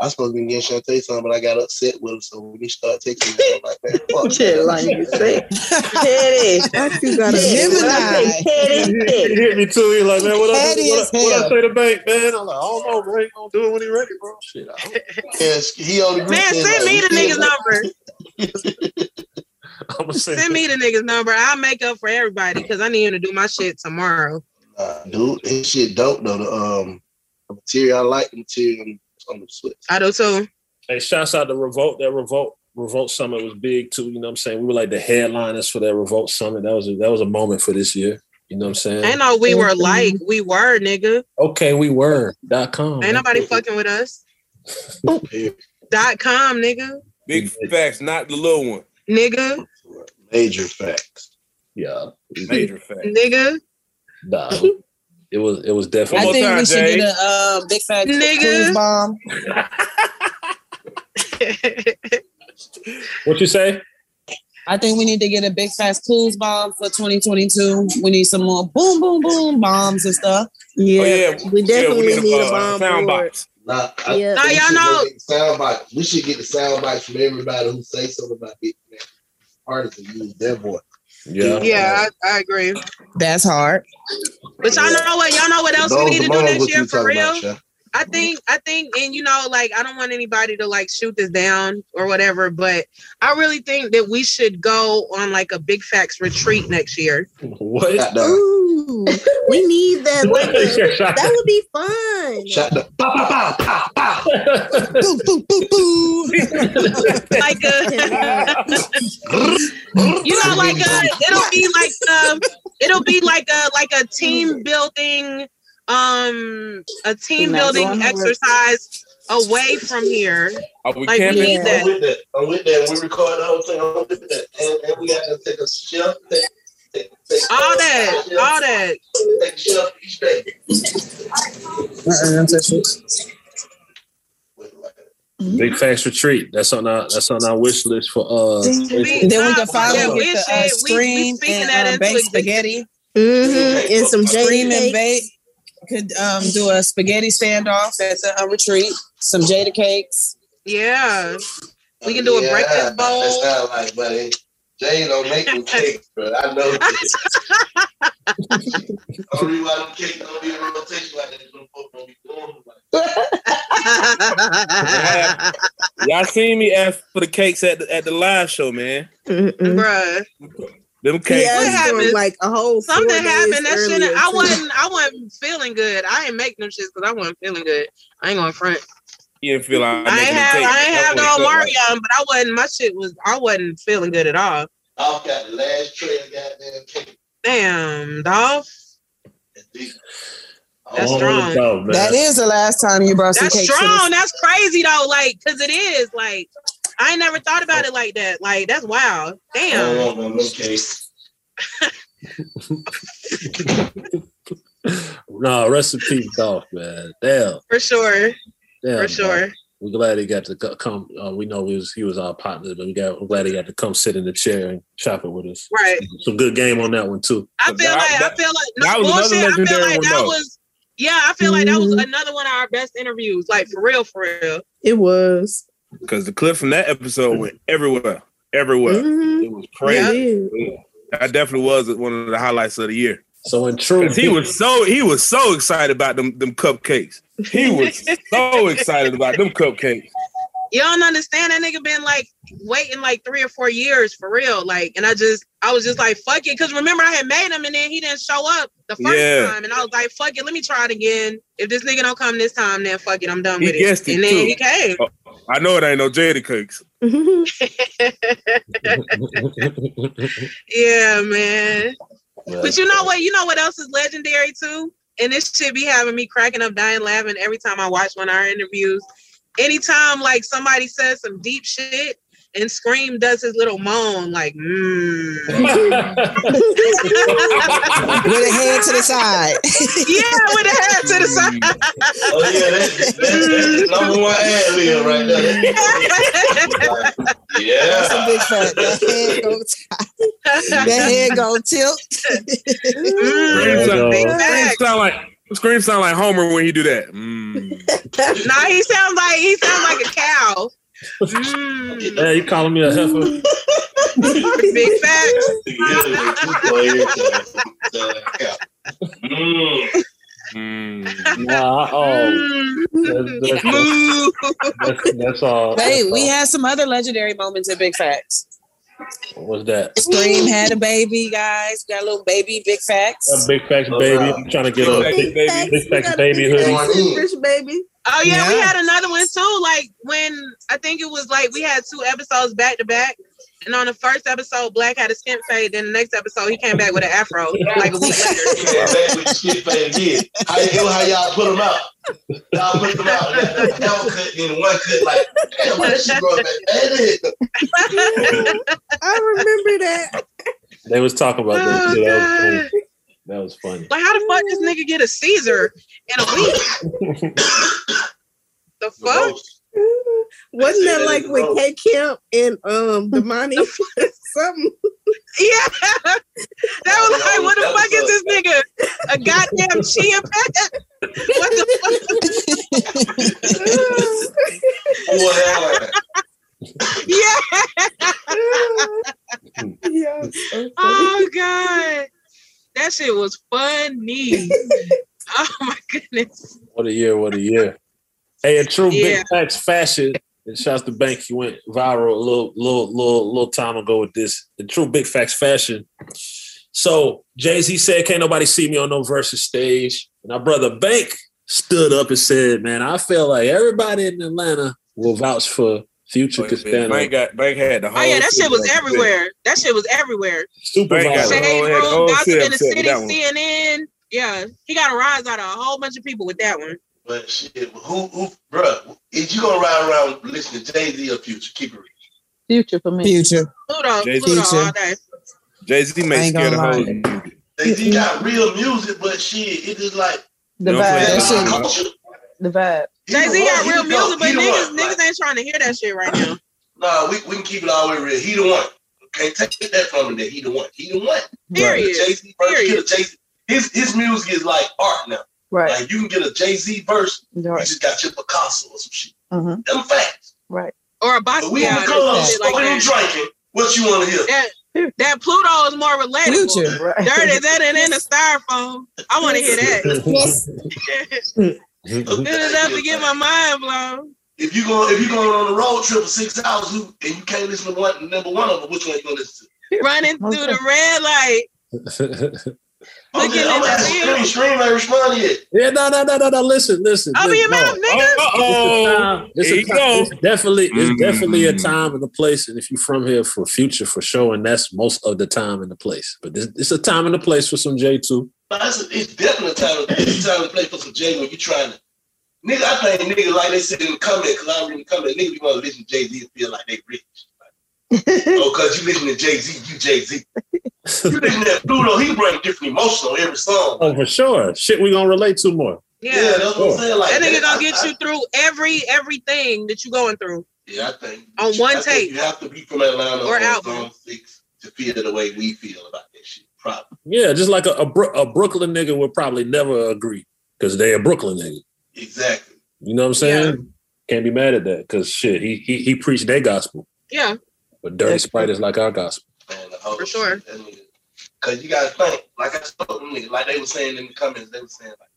Speaker 5: I supposed to be getting Shantae something, but I got upset with him. So when he started texting me, I'm like, man, fuck.
Speaker 6: Shit, like you say. Petty. What you
Speaker 5: gotta
Speaker 6: petty.
Speaker 5: do?
Speaker 6: When I say
Speaker 2: He
Speaker 6: petty,
Speaker 2: hit he
Speaker 6: petty.
Speaker 2: hit me too. He's like, man, what I,
Speaker 5: Petty
Speaker 2: do-
Speaker 5: as
Speaker 2: what, I, what I
Speaker 5: hell.
Speaker 2: say to bank, man? I'm like, I don't know, bro. He gonna do it when he ready, bro. Shit, I don't-
Speaker 5: Yes, he on the group.
Speaker 9: Man,
Speaker 5: said,
Speaker 9: send
Speaker 5: like,
Speaker 9: me the
Speaker 5: we
Speaker 9: nigga's
Speaker 5: did that.
Speaker 9: number.
Speaker 2: I'm gonna say,
Speaker 9: Send me the nigga's number. I'll make up for everybody because I need him to do my shit tomorrow.
Speaker 5: Nah, dude, his shit dope though. The um, the material I like the material on- on the switch.
Speaker 9: I do too.
Speaker 2: hey, shouts out to Revolt. That Revolt Revolt Summit was big too. You know what I'm saying? We were like the headliners for that Revolt Summit. That was a, that was a moment for this year. You know what I'm saying? Mm-hmm.
Speaker 9: Ain't no, we were like, we were, nigga.
Speaker 2: Okay, we were dot
Speaker 5: Oh,
Speaker 2: com.
Speaker 9: Ain't nobody fucking with us. Dot com, nigga.
Speaker 3: Big facts, not the little one.
Speaker 9: Nigga.
Speaker 3: Major facts.
Speaker 2: Yeah.
Speaker 3: Major facts.
Speaker 9: Nigga.
Speaker 2: Nah, it was it was definitely.
Speaker 4: I think we should get a uh, big fat cruise bomb.
Speaker 2: What you say?
Speaker 4: I think we need to get a big fat cruise bomb for 2022. We need some more boom, boom, boom bombs and stuff.
Speaker 7: Oh, Yeah, we
Speaker 4: Yeah,
Speaker 7: definitely
Speaker 4: we need a,
Speaker 7: need, a,
Speaker 4: uh,
Speaker 7: bomb
Speaker 4: sound
Speaker 7: board.
Speaker 4: box.
Speaker 5: Nah, I
Speaker 7: Yeah. Nah, y'all
Speaker 5: think we should
Speaker 7: know-
Speaker 5: go get Sound bites. We should get the sound bites from everybody who say something about Big Mac. Artists and use their voice.
Speaker 9: Yeah, I, I agree.
Speaker 4: That's hard.
Speaker 9: But y'all know what? Y'all know what else we
Speaker 5: Those
Speaker 9: need to do
Speaker 5: among
Speaker 9: next
Speaker 5: what
Speaker 9: year
Speaker 5: you
Speaker 9: for
Speaker 5: talking
Speaker 9: real?
Speaker 5: about, Sha.
Speaker 9: I think I think and you know like I don't want anybody to like shoot this down or whatever, but I really think that we should go on like a big facts retreat next year.
Speaker 2: What?
Speaker 7: Ooh, we need that. Like, that would be fun.
Speaker 5: boom,
Speaker 4: boom, boom, boom.
Speaker 9: like a, you know, like a, it'll be like um, it'll be like a like a team building, um, a team
Speaker 5: Not
Speaker 9: building
Speaker 5: going
Speaker 9: exercise away from here.
Speaker 5: Are
Speaker 9: Oh, we Like, we camping? need that.
Speaker 5: I'm with that. I'm with that. We record the whole thing. I'm with that. And, and we have to take a shelf. Take, take, take
Speaker 9: All that, all that.
Speaker 5: Take a shelf each day.
Speaker 4: Hmm?
Speaker 2: Big facts retreat. That's on our that's on our wish list for uh.
Speaker 4: Then we can
Speaker 9: yeah,
Speaker 4: finally
Speaker 9: we
Speaker 4: get the uh,
Speaker 9: should- we- we
Speaker 4: stream
Speaker 9: speaking
Speaker 4: and uh,
Speaker 9: that into
Speaker 4: baked
Speaker 9: existence.
Speaker 4: spaghetti.
Speaker 7: Mm-hmm. And some
Speaker 4: stream
Speaker 7: Jada
Speaker 4: and
Speaker 7: cakes.
Speaker 4: bake. Could um, do a spaghetti standoff at the uh, retreat. Some Jada cakes.
Speaker 9: Yeah, we can do a breakfast bowl.
Speaker 5: That sound like, buddy. Jay don't make them cakes, but I know this. Only why them cakes don't be in rotation like that. Them folks don't be doing them like
Speaker 3: Y'all seen me ask for the cakes at the, at the live show, man.
Speaker 9: Bruh.
Speaker 3: Them cakes.
Speaker 9: What happened?
Speaker 7: Like a whole
Speaker 9: Something
Speaker 7: four days
Speaker 9: happened. That shouldn't.
Speaker 7: earlier,
Speaker 9: I
Speaker 7: too.
Speaker 9: wasn't. I wasn't feeling good. I ain't making them shits because I wasn't feeling good. I ain't going front.
Speaker 3: You didn't feel
Speaker 9: I
Speaker 3: like
Speaker 9: ain't
Speaker 3: making them
Speaker 9: have.
Speaker 3: cakes.
Speaker 9: I ain't
Speaker 3: That's
Speaker 9: have
Speaker 3: what it
Speaker 9: no
Speaker 3: felt like.
Speaker 9: Mario, but I wasn't. My shit was. I wasn't feeling good at all.
Speaker 5: Off got the last tray of goddamn cake.
Speaker 9: Damn, Dolph. That's
Speaker 5: Oh,
Speaker 9: strong.
Speaker 5: no, man.
Speaker 4: That is the last time you brought some
Speaker 9: That's
Speaker 4: cakes. to
Speaker 9: strong.
Speaker 4: this-
Speaker 9: That's crazy though. Like, cause it is. Like, I ain't never thought about it like that. Like, that's wild.
Speaker 5: I don't
Speaker 9: Damn.
Speaker 5: want no little cakes.
Speaker 2: Nah, rest in peace, Dolph, man. Damn,
Speaker 9: For sure.
Speaker 2: damn.
Speaker 9: For sure.
Speaker 2: We're glad he got to co- come. Uh, we know he was he was our partner, but we got I'm glad he got to come sit in the chair and chop it with us.
Speaker 9: Right.
Speaker 2: Some good game on that one too.
Speaker 9: I feel like I feel like no
Speaker 2: that was another
Speaker 9: bullshit. I feel
Speaker 2: legendary
Speaker 9: like
Speaker 2: one,
Speaker 9: that
Speaker 2: though. Mm-hmm.
Speaker 9: was yeah. I feel like that was another one of our best interviews. Like for real, for real.
Speaker 7: It was.
Speaker 3: Because the clip from that episode went everywhere, everywhere. It was crazy. Yeah. That definitely was one of the highlights of the year.
Speaker 2: So in truth,
Speaker 3: he was so he was so excited about them them cupcakes. He was so excited about them cupcakes.
Speaker 9: You don't understand that nigga been like waiting like three or four years for real. Like, and I just I was just like fuck it, cause remember I had made him and then he didn't show up the first
Speaker 3: Yeah.
Speaker 9: time, and I was like fuck it, let me try it again. If this nigga don't come this time, then fuck it, I'm done
Speaker 3: He
Speaker 9: with
Speaker 3: guessed
Speaker 9: it.
Speaker 3: it
Speaker 9: And then
Speaker 3: too.
Speaker 9: he came.
Speaker 3: Oh, I know it ain't no Jada cakes.
Speaker 2: Oh.
Speaker 9: Yeah, man.
Speaker 2: Yeah.
Speaker 9: But you know what? You know what else is legendary too? And this should be having me cracking up, dying laughing every time I watch one of our interviews. Anytime like somebody says some deep shit and Scream does his little moan, like mmm.
Speaker 4: With a head to the side.
Speaker 9: yeah, with a head to the side.
Speaker 5: Oh yeah, that's, that's, that's the number one ad lib right there.
Speaker 4: That's a
Speaker 5: yeah.
Speaker 4: big fat. That head go, that head go tilt.
Speaker 3: Scream sound,
Speaker 2: Big
Speaker 3: Scream sound like Scream sound like Homer when he do that.
Speaker 9: nah, he sounds like he sounds like a cow. Mm,
Speaker 2: Hey, you calling me a heifer?
Speaker 9: big facts.
Speaker 2: Nah, oh, that's,
Speaker 9: that's,
Speaker 2: that's, that's all.
Speaker 4: Wait,
Speaker 2: that's
Speaker 4: we
Speaker 2: all.
Speaker 4: had some other legendary moments at Big Facts.
Speaker 2: What's that?
Speaker 4: Scream had a baby, guys. We got a little baby, Big Facts.
Speaker 2: That big facts baby. I'm trying to get on big, big facts baby hoodie.
Speaker 7: Rich baby.
Speaker 9: Oh yeah, we
Speaker 6: Yeah.
Speaker 9: had another one too. Like when I think it was like we had two episodes back to back. And on the first episode, Black had a skin fade. Then the next episode, he came back with an afro. Like a week later.
Speaker 5: Yeah, back with the shit fade did. How, it was how y'all put them out. Y'all put them out. That one cut, then one cut, like, damn, why that shit growing back?
Speaker 6: I remember that.
Speaker 2: They was talking about that.
Speaker 9: Oh,
Speaker 2: shit. That was funny.
Speaker 9: God.
Speaker 2: That was funny.
Speaker 9: Like, how the fuck this nigga get a Caesar in a week? the fuck?
Speaker 7: Wasn't that like with K Camp and um Damani? Something.
Speaker 9: Yeah. That was like, what the fuck is this nigga? A goddamn chia pet? What the fuck? yeah. Oh god. That shit was funny. oh my goodness.
Speaker 2: What a year! What a year! Hey, a true
Speaker 9: Yeah.
Speaker 2: big facts fashion. And shouts to Bank, you went viral a little, little, little, little time ago with this. The true big facts fashion. So Jay Z said, "Can't nobody see me on no versus stage." And our brother Bank stood up and said, "Man, I feel like everybody in Atlanta will vouch for Future could stand
Speaker 3: Bank
Speaker 2: up."
Speaker 3: got Bank had the whole.
Speaker 9: Oh yeah, that shit was
Speaker 3: thing.
Speaker 9: everywhere. That shit was everywhere.
Speaker 2: Super
Speaker 3: Bank got the
Speaker 9: Shade
Speaker 3: whole- had the
Speaker 9: room,
Speaker 3: whole
Speaker 9: gossip
Speaker 3: city
Speaker 9: in the
Speaker 3: upset with
Speaker 9: city,
Speaker 3: that one.
Speaker 9: CNN. Yeah, he got a rise out of a whole bunch of people with that one.
Speaker 5: But shit, who, who, bruh, if you gonna ride around listening to Jay Z or Future, keep it real.
Speaker 6: Future for me.
Speaker 4: Future.
Speaker 9: Pluto,
Speaker 3: Jay-Z.
Speaker 9: Pluto all
Speaker 3: Future.
Speaker 9: day.
Speaker 3: Jay Z
Speaker 5: I
Speaker 3: made
Speaker 5: ain't
Speaker 3: scared
Speaker 5: gonna
Speaker 3: the whole.
Speaker 5: Jay Z got real music, but shit, it is like,
Speaker 6: The
Speaker 3: Don't play
Speaker 6: vibe.
Speaker 3: that
Speaker 6: That shit-
Speaker 3: shit, bro.
Speaker 6: The vibe.
Speaker 9: Jay Z got real music, but
Speaker 5: Either
Speaker 9: niggas,
Speaker 5: one,
Speaker 9: niggas ain't trying to hear that shit right now.
Speaker 5: nah, we, we can keep it all the way real. He the one. Can't take that from him that he the one. He the one.
Speaker 9: Period.
Speaker 5: Jay Z verse, get a Jay Z. His, his music is like art now.
Speaker 6: Right.
Speaker 5: Like you can get a Jay Z verse, you just got your Picasso or some shit.
Speaker 6: Mm-hmm.
Speaker 5: Them facts.
Speaker 6: Right.
Speaker 9: Or a box.
Speaker 5: But we in the
Speaker 9: Yeah,
Speaker 5: club,
Speaker 9: shit like
Speaker 5: smoking and
Speaker 9: that.
Speaker 5: drinking. What you want to hear?
Speaker 9: That, that Pluto is more relatable.
Speaker 5: Future. Right.
Speaker 9: Dirty that and in a styrofoam. I want to hear that. Build it up to get my mind blown.
Speaker 5: If you go, if you going on a road trip for six hours you- and you can't listen to one number one of them, which one you gonna listen
Speaker 9: Running through the red light.
Speaker 5: to? I'm
Speaker 9: Looking
Speaker 5: just,
Speaker 9: at
Speaker 5: I'm
Speaker 9: the
Speaker 5: asking
Speaker 9: field.
Speaker 5: Stream, Stream ain't responded yet.
Speaker 2: Yeah, no, no, no, no, no. Listen, listen.
Speaker 5: I'll be
Speaker 2: listen,
Speaker 5: your mouth,
Speaker 2: no.
Speaker 5: niggas.
Speaker 2: Uh-oh. It's, a
Speaker 5: Here you
Speaker 2: time-
Speaker 5: go. Mm.
Speaker 2: it's definitely it's definitely a time and a place, and if you're from here for future for sure, and that's most of the time and the place. But this, it's a time and a place for some J two.
Speaker 5: But that's it's definitely time. It's time to play for some Jay when you trying to. Nigga, I think nigga like they sit in the comment because I read the comment. Nigga, you want to listen to Jay Z and feel like they rich. oh, because you listen to Jay Z, you Jay Z. You listen to that Pluto, he bring different emotion on every song.
Speaker 2: Oh, for sure. Shit, we gonna relate to more.
Speaker 9: Yeah,
Speaker 5: Yeah, that's what I'm saying, like,
Speaker 9: that nigga
Speaker 5: that-
Speaker 9: gonna
Speaker 5: I-
Speaker 9: get you through every everything that you going through
Speaker 5: Yeah, I think
Speaker 9: on
Speaker 5: I
Speaker 9: one
Speaker 5: think
Speaker 9: tape.
Speaker 5: You have to be from Atlanta
Speaker 9: Or
Speaker 5: or,
Speaker 9: out.
Speaker 5: Zone Six to feel the way we feel about that shit. Probably.
Speaker 2: Yeah, just like a a, Bro- a Brooklyn nigga would probably never agree because they a Brooklyn nigga.
Speaker 5: Exactly.
Speaker 2: You know what I'm saying? Can't be mad at that because shit, he he he preached their gospel,
Speaker 9: Yeah,
Speaker 2: but Dirty Sprite is like our gospel.
Speaker 5: for sure. Because you got to think, like I told them, niggas, like they were saying in the comments, they were saying like,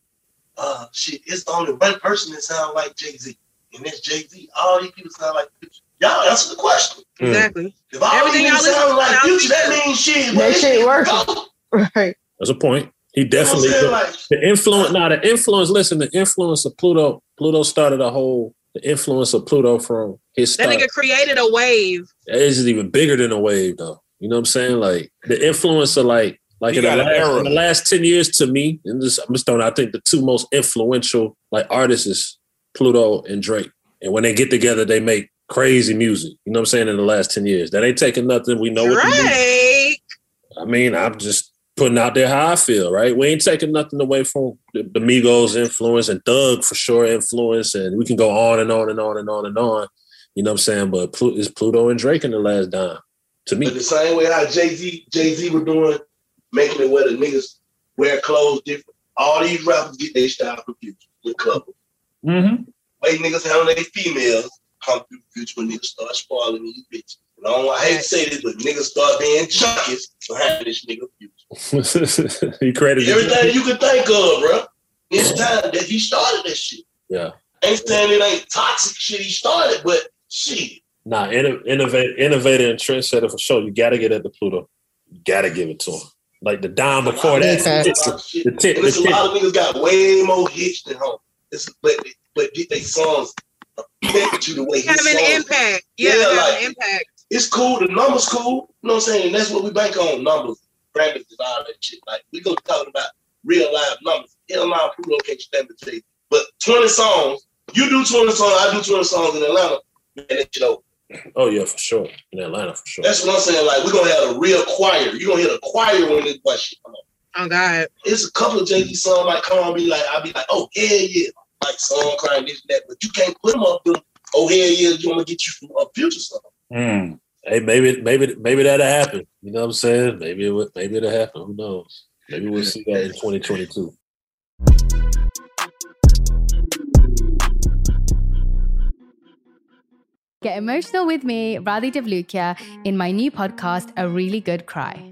Speaker 5: uh, shit, it's only one person that sound like Jay Z, and that's Jay Z. All these people sound like Future. y'all. Answer the question.
Speaker 9: Hmm. exactly.
Speaker 5: If all
Speaker 9: Everything
Speaker 5: these
Speaker 9: y'all
Speaker 5: niggas
Speaker 9: listen
Speaker 5: sound
Speaker 9: to
Speaker 5: like
Speaker 9: sound
Speaker 5: Future, that
Speaker 9: Future.
Speaker 5: means shit.
Speaker 9: That shit
Speaker 5: working.
Speaker 6: Right.
Speaker 2: That's a point. He definitely
Speaker 5: You know
Speaker 2: the,
Speaker 5: what I'm saying?
Speaker 2: the influence. Now the influence. Listen, the influence of Pluto. Pluto started a whole. The influence of Pluto from his
Speaker 9: That
Speaker 2: style.
Speaker 9: nigga created a wave.
Speaker 2: That is even bigger than a wave, though. You know what I'm saying? Like the influence of like like
Speaker 3: You
Speaker 2: in the,
Speaker 3: got an
Speaker 2: last,
Speaker 3: era.
Speaker 2: in the last ten years to me, and just I'm just throwing. out, I think the two most influential like artists is Pluto and Drake. And when they get together, they make crazy music. You know what I'm saying? In the last ten years, that ain't taking nothing. We know what to do.
Speaker 9: Drake.
Speaker 2: I mean, I'm just putting out there how I feel, right? We ain't taking nothing away from the, the Migos influence and Thug for sure influence, and we can go on and on and on and on and on. You know what I'm saying? But Plu- it's Pluto and Drake in the last dime to me.
Speaker 5: But the same way how Jay Z Jay Z was doing, making it where the niggas wear clothes different. All these rappers get their style from Future with clothes.
Speaker 2: Mm-hmm.
Speaker 5: Way niggas handle their females come through Future when niggas start spoiling these bitches. And I, don't, I hate to say this, but niggas start being junkies behind this nigga Future.
Speaker 2: he created
Speaker 5: Everything you can think of, bro. It's time that he started that shit.
Speaker 2: Yeah.
Speaker 5: Ain't saying it ain't toxic shit he started, but shit.
Speaker 2: Nah, inno- innovate, innovator, and trendsetter for sure. You gotta get at the Pluto. You gotta give it to him. Like the dime before that,
Speaker 5: Yeah.
Speaker 2: the, tit- the,
Speaker 5: And it's a
Speaker 2: tit-
Speaker 5: lot of niggas got way more hits than home. it's, but but they songs affect you the way
Speaker 9: Have
Speaker 5: his
Speaker 9: an
Speaker 5: songs-
Speaker 9: impact. Yeah, it has an impact.
Speaker 5: It's cool. The numbers cool. You know what I'm saying? And that's what we bank on numbers, grammars, and all that shit. Like we go talking about real live numbers. Hell no, Pluto can't stand the tape. But 20 songs, you do 20 songs, I do 20 songs in Atlanta, man, that shit over.
Speaker 2: Oh yeah, for sure. In Atlanta, for sure.
Speaker 5: That's what I'm saying. Like we're gonna have a real choir. You're gonna hear the choir when this white shit come on.
Speaker 9: Oh God.
Speaker 5: It's a couple of Jay-Z songs like come on, be like, I'll be like, oh hell yeah. Like song crying this and that, but you can't put them up there. Oh hell yeah, you wanna get you from a future song.
Speaker 2: Mm. Hey, maybe maybe maybe that'll happen. You know what I'm saying? Maybe it would, maybe it'll happen. Who knows? Maybe we'll see that in 2022.
Speaker 11: Get emotional with me, Radhi Devlukia, in my new podcast, A Really Good Cry.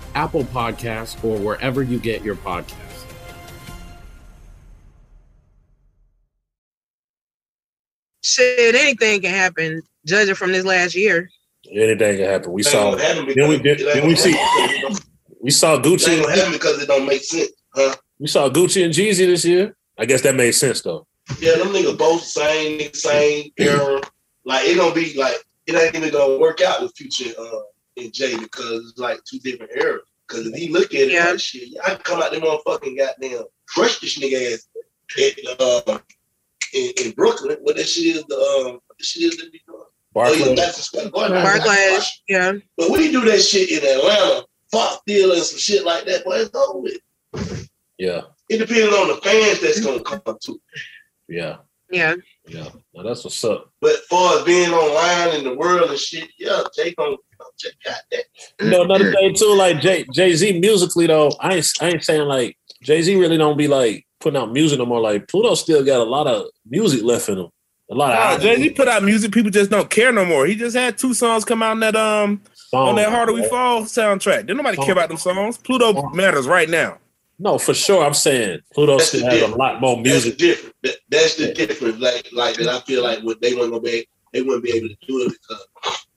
Speaker 12: Apple Podcasts, or wherever you get your podcasts.
Speaker 9: Shit, anything can happen. Judging from this last year.
Speaker 2: Anything can happen. We
Speaker 5: They
Speaker 2: saw.
Speaker 5: don't have them
Speaker 2: Then we did.
Speaker 5: because-
Speaker 2: Then we see. We saw
Speaker 5: They don't have
Speaker 2: Gucci.
Speaker 5: them because it don't make sense.
Speaker 2: We saw Gucci and Jeezy this year. I guess that made sense though.
Speaker 5: Yeah, them niggas both same, same era. Like it gonna be like it ain't even gonna work out with Future uh, and Jay because it's like two different eras. Because if he look at it like shit, I can come out there motherfucking goddamn crush this nigga ass at, uh, in, in Brooklyn. What that shit is the um, what that shit is that we doing? Oh yeah,
Speaker 9: Barclays.
Speaker 5: Madison Square Garden.
Speaker 9: Barclays, yeah.
Speaker 5: But we do that shit in Atlanta, fuck deal and some shit like that. But it's over with.
Speaker 2: Yeah.
Speaker 5: It depends on the fans that's gonna come too.
Speaker 2: Yeah.
Speaker 9: Yeah.
Speaker 2: Yeah. Now that's what's up.
Speaker 5: But far as being online in the world and shit, yeah, Jay gonna Jay got that.
Speaker 2: No, another thing too, like Jay Jay Z musically though, I ain't I ain't saying like Jay Z really don't be like putting out music no more. Like Pluto still got a lot of music left in him, a lot of
Speaker 3: Nah,
Speaker 2: albums.
Speaker 3: Jay Z put out music people just don't care no more. He just had two songs come out in that um
Speaker 2: Song,
Speaker 3: on that Harder We
Speaker 2: right?
Speaker 3: Fall soundtrack. Did nobody care about them songs? Pluto matters right now.
Speaker 2: No, for sure. I'm saying Pluto still has a lot more music.
Speaker 5: That- that's the difference. Like, like that, I feel like what they wouldn't gonna be, they wouldn't be able to do it because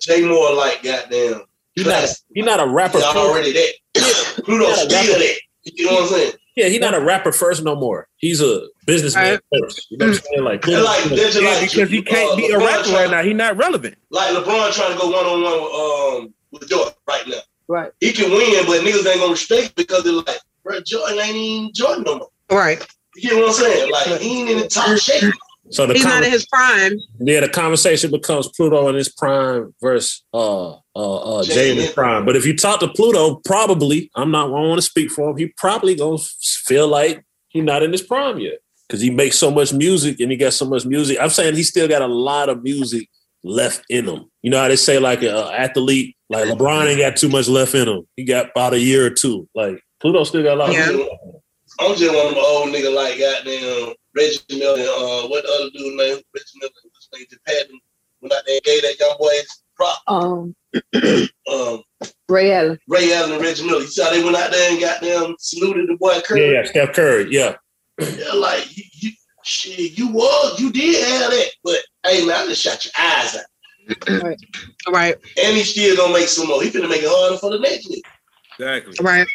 Speaker 5: Jay Moore, like, goddamn,
Speaker 2: He's not, he not a rapper.
Speaker 5: he's already
Speaker 2: first.
Speaker 5: that. Pluto
Speaker 2: He's not a
Speaker 5: still
Speaker 2: rapper.
Speaker 5: that. You know what I'm saying?
Speaker 2: Yeah, he's not a rapper first no more. He's a businessman first. You know what I'm saying? Like, Pluto still-
Speaker 13: yeah, because he can't be a rapper right now. He's not relevant.
Speaker 5: Like LeBron trying to go one on one with um with Jordan right now. Right. He can win, but niggas ain't gonna respect it because they're like, bro, Jordan ain't even Jordan no more.
Speaker 4: Right.
Speaker 5: You know what I'm saying? Like he ain't in the top shape.
Speaker 2: So the
Speaker 5: He's not
Speaker 2: conver-
Speaker 5: in
Speaker 4: his prime.
Speaker 2: yeah, the conversation becomes Pluto in his prime versus uh uh uh Jay in his prime. But if you talk to Pluto, probably I'm not. I don't want to speak for him. He probably gonna f- feel like he's not in his prime yet because he makes so much music and he got so much music. I'm saying he still got a lot of music left in him. You know how they say like an athlete like LeBron ain't got too much left in him. He got about a year or two. Like Pluto still got a lot.
Speaker 5: Yeah.
Speaker 2: Of music.
Speaker 5: I'm just one of them old nigga like goddamn Reggie Miller and uh what the other dude name Reggie Miller what's his name Patton when I they gave that young boy his prop
Speaker 6: Um,
Speaker 5: um
Speaker 6: Ray Allen.
Speaker 5: Ray Allen and Reggie Miller. You saw they went out there and goddamn saluted the boy Curry.
Speaker 2: Yeah, yeah, Steph Curry. Yeah,
Speaker 5: Yeah, like you, you, shit, you was, you did have that, but hey man, I just shot your eyes out.
Speaker 4: right. right.
Speaker 5: And he still gonna make some more. He finna make it harder for the next nigga.
Speaker 3: Exactly.
Speaker 4: Right.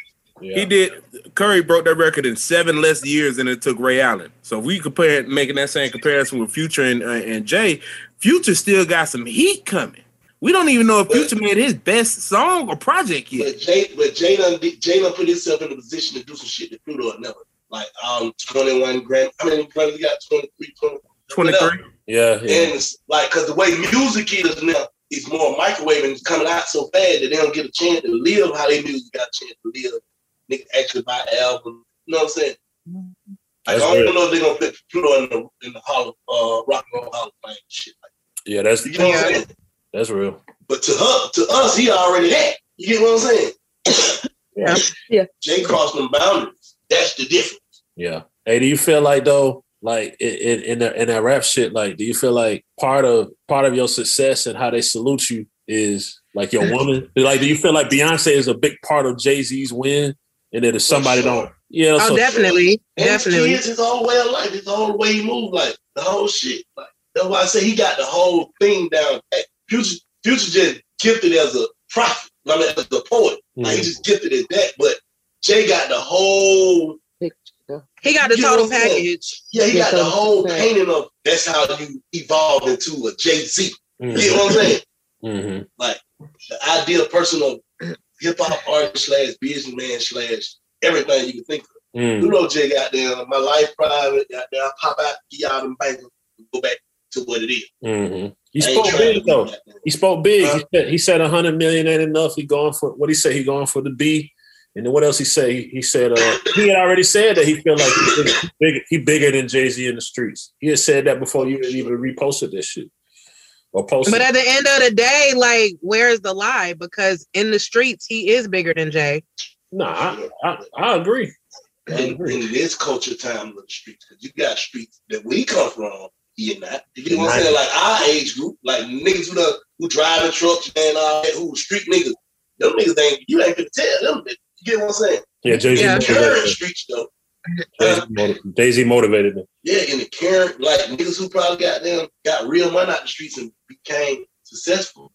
Speaker 3: He did. Curry broke that record in seven less years than it took Ray Allen. So if we compare making that same comparison with Future and uh, and Jay, Future still got some heat coming. We don't even know if Future made his best song or project yet.
Speaker 5: But Jay, but Jay done, did- Jay done put himself in a position to do some shit that Pluto had never. Like um, 21 grand. I mean, Grammy he got 23, 20,
Speaker 3: 23?
Speaker 2: Yeah, yeah.
Speaker 5: And it's like, cause the way music is now, it's more microwave and it's coming out so fast that they don't get a chance to live how they music got a chance to live. Niggas actually buy albums. You know what I'm saying? Like,
Speaker 2: Mm-hmm. That's
Speaker 5: I don't
Speaker 2: real.
Speaker 5: know if they're gonna put Pluto in the in the hall of uh, rock and roll hall of fame and shit.
Speaker 2: yeah, that's
Speaker 5: You know what I'm saying?
Speaker 2: that's real.
Speaker 5: But to her, to us, he already that. You get what I'm saying?
Speaker 6: Yeah. yeah.
Speaker 5: Jay crossed them boundaries. That's the difference.
Speaker 2: Yeah. Hey, do you feel like though, like in in in that, in that rap shit, like do you feel like part of part of your success and how they salute you is like your woman? Like, do you feel like Beyonce is a big part of Jay Z's win, and that if somebody don't, yeah,
Speaker 5: Oh,
Speaker 4: definitely,
Speaker 5: And His kids, his whole way of life, his whole way he moved, like the whole shit. Like that's why I say he got the whole thing down. pat. Future, future just gifted as a prophet. I mean, as a poet. Like he just gifted as that. But Jay got the whole.
Speaker 4: He got the
Speaker 5: You know
Speaker 4: total
Speaker 5: what I'm saying?
Speaker 4: package.
Speaker 5: Oh. Yeah, he
Speaker 4: Yeah,
Speaker 5: got the
Speaker 4: total
Speaker 5: whole
Speaker 4: package.
Speaker 5: painting of that's how you evolve into a Jay Z. You know what I'm saying?
Speaker 2: Mm-hmm.
Speaker 5: Like the ideal person of hip hop artist slash businessman slash everything you can think of.
Speaker 2: Mm.
Speaker 5: You know, Jay got down, my life private, got down, I pop out, get out and bang, go back to what it is.
Speaker 2: Mm-hmm. He
Speaker 5: I ain't
Speaker 2: spoke
Speaker 5: trying to
Speaker 2: big
Speaker 5: be
Speaker 2: though. He spoke big. He said, he said hundred million ain't enough. He going for what he said. He going for the B. And then what else he said? He, he said uh, he had already said that he feel like he big, big- he bigger than Jay Z in the streets. He had said that before you even reposted this shit or posted.
Speaker 4: But at the end of the day, like, where is the lie? Because in the streets, he is bigger than Jay.
Speaker 2: Nah, I, I agree.
Speaker 5: In, in this culture time of the streets, 'cause you got streets that we come from, you're not. You know what I'm saying? Like our age group, like niggas who done, who drive the trucks and all that, who street niggas, them niggas ain't you ain't gonna tell them. that- You get what I'm saying?
Speaker 2: Yeah, Jay Z
Speaker 5: In the current
Speaker 2: motivated.
Speaker 5: streets though,
Speaker 2: Jay Z motivated him.
Speaker 5: Yeah, in the current, like niggas who probably got them got real money out the streets and became successful.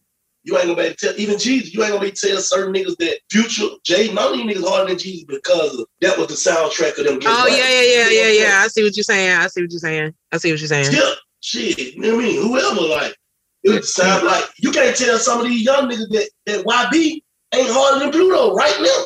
Speaker 5: You ain't gonna be able to tell even Jesus. You ain't gonna be able to tell certain niggas that future Jay. None of these niggas harder than Jesus because of, that was the soundtrack of them. getting
Speaker 4: Oh,
Speaker 5: right.
Speaker 4: yeah, yeah, yeah, yeah, yeah. I see what you're saying. I see what you're saying. I see what you're saying.
Speaker 5: Skip, shit, you know what I mean? Whoever, like, it would sound like you can't tell some of these young niggas that, that YB ain't harder than Pluto right now.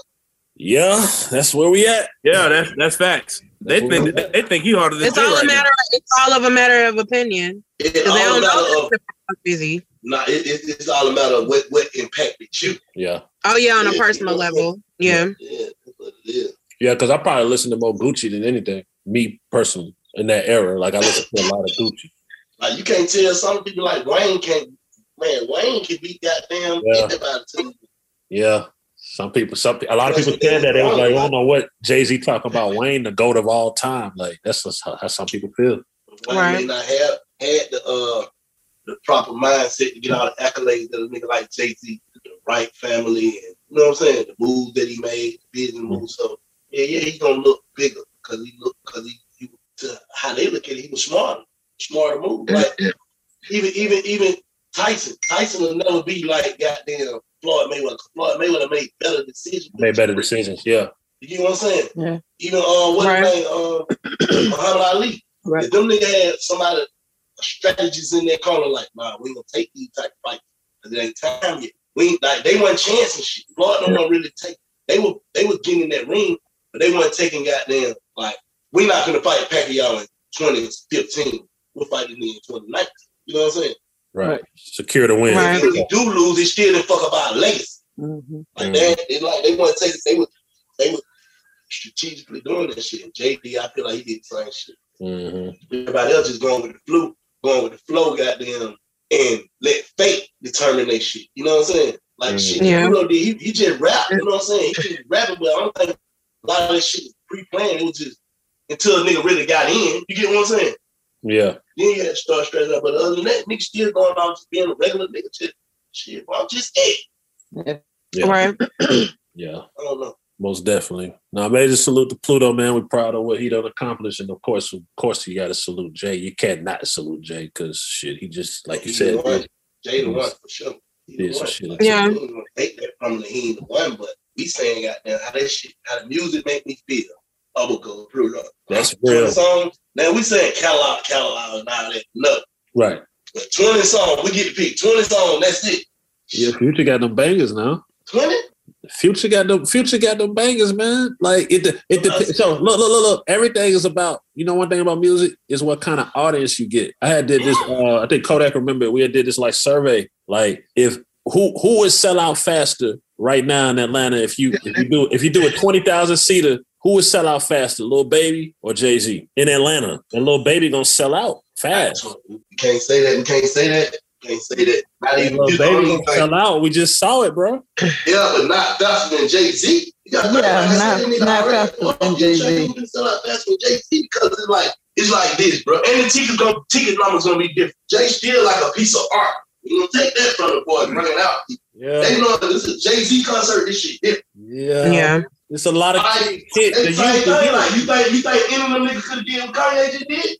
Speaker 2: Yeah, that's where we at.
Speaker 3: Yeah, that's that's facts. They think they think he harder than
Speaker 4: It's
Speaker 3: Jay
Speaker 4: all
Speaker 3: right
Speaker 4: a
Speaker 3: now.
Speaker 4: matter. It's all of a matter of opinion.
Speaker 5: It's
Speaker 4: 'Cause they
Speaker 5: all
Speaker 4: don't
Speaker 5: a
Speaker 4: know
Speaker 5: matter of
Speaker 4: busy.
Speaker 5: Nah, it, it, it's all a matter of what what impacted you.
Speaker 2: Yeah.
Speaker 4: Oh yeah, on a personal level. Yeah.
Speaker 2: Yeah, because I probably listen to more Gucci than anything. Me personally, in that era, like I listen to a lot of Gucci.
Speaker 5: Like you can't tell some people like Wayne can't. Man, Wayne can beat goddamn
Speaker 2: Yeah.
Speaker 5: anybody. too.
Speaker 2: Yeah, some people, some pe- a lot of people said that they was like, I don't know what Jay Z talking about Wayne, the goat of all time. Like that's just how, how some people feel.
Speaker 5: Wayne may not have had the uh the proper mindset to get all the accolades that a nigga like Jay Z, the right family, and you know what I'm saying, the moves that he made, the business moves. So Yeah, yeah, he's gonna look bigger because he look because he, he to how they look at it, he was smarter, smarter move. Like even even even Tyson, Tyson will never be like goddamn Floyd Mayweather. 'cause Floyd Mayweather made better decisions.
Speaker 2: Made better decisions. Yeah.
Speaker 5: You know what I'm saying? Even uh, what his name, uh, Muhammad Ali. If them nigga had somebody strategies in their corner, like, nah, we ain't gonna take these type of fights. 'cause it ain't time yet. We ain't, like they weren't chancing shit. Floyd don't wanna really take. They were they were getting in that ring, but they weren't taking goddamn like we not gonna fight Pacquiao in 2015. We're fighting in 2019. You know what I'm saying?
Speaker 2: Right. Secure the win.
Speaker 5: If you really do lose, they still didn't fuck about legacy. Like they, they like they want to take they were they were strategically doing that shit. And JD, I feel like he did the same shit.
Speaker 2: Mm-hmm.
Speaker 5: Everybody else is going with the flu, going with the flow, goddamn, and let fate determine that shit. You know what I'm saying? Like shit,
Speaker 4: Yeah.
Speaker 5: you know, he, he just rapped. You know what I'm saying? He just rapping, but I don't think a lot of that shit was pre-planned. It was just until a nigga really got in. You get what I'm saying?
Speaker 2: Yeah.
Speaker 5: Then you had to start straightening up. But other than that, nigga still going off just being a regular nigga. Just, shit, bro, I'm just it.
Speaker 2: Yeah.
Speaker 5: Right.
Speaker 2: Yeah.
Speaker 5: I don't know.
Speaker 2: Most definitely. Now, I major salute to Pluto, man. We're proud of what he done accomplished, and of course, of course, you got to salute Jay. You can't not salute Jay because shit, he just like you
Speaker 5: He
Speaker 2: said,
Speaker 5: the one. Jay the
Speaker 2: he
Speaker 5: one
Speaker 2: was-
Speaker 5: for sure.
Speaker 2: he did some shit.
Speaker 5: Like, I don't wanna take that from him that he ain't the one, but we saying goddamn how that shit, how the music make me feel. I will go through that.
Speaker 2: That's
Speaker 5: Twenty
Speaker 2: real,
Speaker 5: songs. Now we saying catalog, catalog, and all that. No,
Speaker 2: right?
Speaker 5: but twenty songs. We get to pick twenty songs. That's it.
Speaker 2: Yeah, Future got them bangers now.
Speaker 5: Twenty.
Speaker 2: Future got them. Future got them bangers, man. Like it. de- It depends. So look, look, look, look. Everything is about. You know, one thing about music is what kind of audience you get. I had did this. Uh, I think Kodak remember we had did this like survey. Like if who who would sell out faster right now in Atlanta if you if you do if you do a twenty thousand seater. Who would sell out faster, Lil Baby or Jay Z in Atlanta? And Lil Baby gonna sell out fast.
Speaker 5: You can't say that. You can't say that. You can't say that. Not even
Speaker 2: Lil
Speaker 5: you know,
Speaker 2: Baby
Speaker 5: I'm
Speaker 2: gonna sell out. We just saw it, bro.
Speaker 5: Yeah, but not faster than Jay Z. Yeah, not, not faster than Jay Z. Sell out faster than Jay Z because it's like it's like this, bro. And the ticket gonna, ticket numbers gonna be different. Jay still like a piece of art. You don't take that from the boy and bring it out.
Speaker 2: Yeah.
Speaker 5: They know this is Jay Z concert. This shit different.
Speaker 2: Yeah.
Speaker 5: Yeah.
Speaker 2: It's a lot of
Speaker 5: Like,
Speaker 2: shit.
Speaker 5: they
Speaker 2: The
Speaker 5: same
Speaker 2: youth-
Speaker 5: thing, like, you think you think any of them niggas could have did what Kanye just did?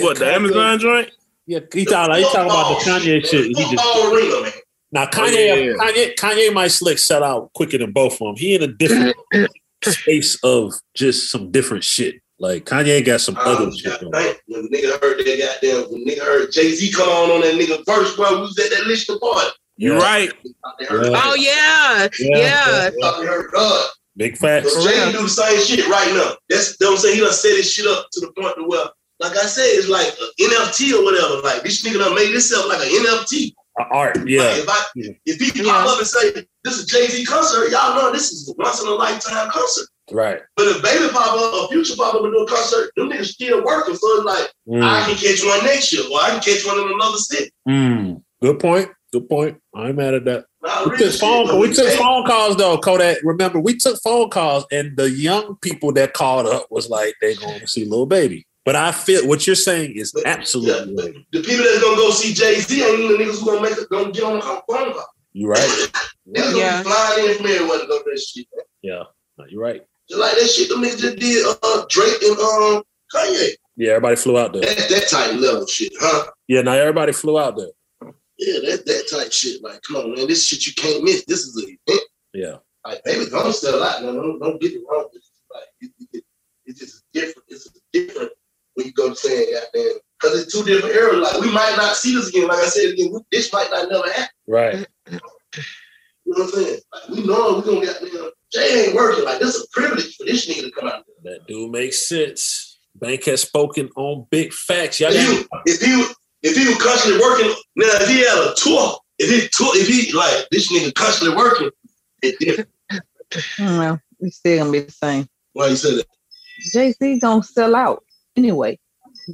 Speaker 3: what the Amazon joint?
Speaker 2: Yeah, he talking, he talking about the Kanye shit. He
Speaker 5: Football arena, man.
Speaker 2: just now Kanye,
Speaker 3: Oh,
Speaker 5: Yeah, yeah, yeah.
Speaker 2: Kanye, Kanye might slick sell out quicker than both of them. He in a different space of just some different shit. Like Kanye got some
Speaker 5: Oh,
Speaker 2: other shit. Going.
Speaker 5: Right? When the nigga heard that goddamn, when the nigga heard Jay Z come on on that nigga verse, bro, we was at that listening party.
Speaker 2: You right.
Speaker 9: Oh yeah,
Speaker 5: Yeah.
Speaker 9: yeah.
Speaker 5: Fucking heard God.
Speaker 2: Big facts.
Speaker 5: So Jay do the same shit right now. That's you know what I'm saying. He done set his shit up to the point to where, like I said, it's like a NFT or whatever. Like this nigga done made himself like an NFT.
Speaker 2: Uh, Art, yeah.
Speaker 5: If I if he pop up and say this is Jay Z concert, y'all know this is a once in a lifetime concert.
Speaker 2: Right.
Speaker 5: But if Baby pop up, or Future pop up and do a concert, them niggas still working. So it's like
Speaker 2: Mm.
Speaker 5: I can catch one next year, or I can catch one in another city.
Speaker 2: Mm, good point. Good point. I ain't mad at that.
Speaker 5: We
Speaker 2: took, phone, we took phone calls though, Kodak. Remember, we took phone calls, and the young people that called up was like, they going to see little baby. But I feel what you're saying is absolutely right.
Speaker 5: The people that's gonna go see Jay Z ain't even the niggas who gonna make it, gonna get on the phone call.
Speaker 2: You're right.
Speaker 5: Niggas gonna be flying in from everywhere to go to that shit. man.
Speaker 2: Yeah, No, you're right.
Speaker 5: Just like that shit them niggas just did uh, Drake and um, Kanye.
Speaker 2: Yeah, everybody flew out there.
Speaker 5: That, that type level shit, huh?
Speaker 2: Yeah, now everybody flew out there.
Speaker 5: Yeah, that, that type shit. Like, come on, man, this shit you can't miss. This is an event.
Speaker 2: Yeah,
Speaker 5: Like, baby, don't sell out. No, don't, don't get me wrong. But it's like, it, it- it- it's just different. It's different when you go to saying goddamn. Because it's two different eras. Like, we might not see this again. Like I said again, we, this might not never happen.
Speaker 2: right.
Speaker 5: You know what I'm saying? Like, we know we gonna goddamn. Jay ain't working. Like, this is a privilege for this nigga to come out.
Speaker 2: That dude makes sense. Bank has spoken on big facts. Y'all got-
Speaker 5: If he was- if he was constantly working, now if he had a tour, if he tour, if he like this nigga constantly working, it different.
Speaker 14: Well, it's still gonna be the same.
Speaker 5: Why you said that?
Speaker 14: JC gonna sell out anyway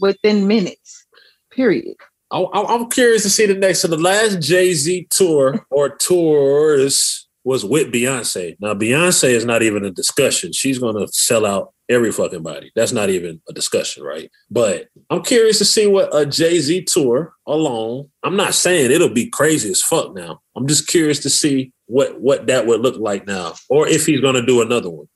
Speaker 14: within minutes. Period.
Speaker 2: I, I- I'm curious to see the next. So the last Jay Z tour or tours was with Beyonce. Now Beyonce is not even a discussion. She's gonna sell out every fucking body. That's not even a discussion, right? But I'm curious to see what a Jay Z tour alone. I'm not saying it'll be crazy as fuck. Now I'm just curious to see what what that would look like now, or if he's gonna do another one.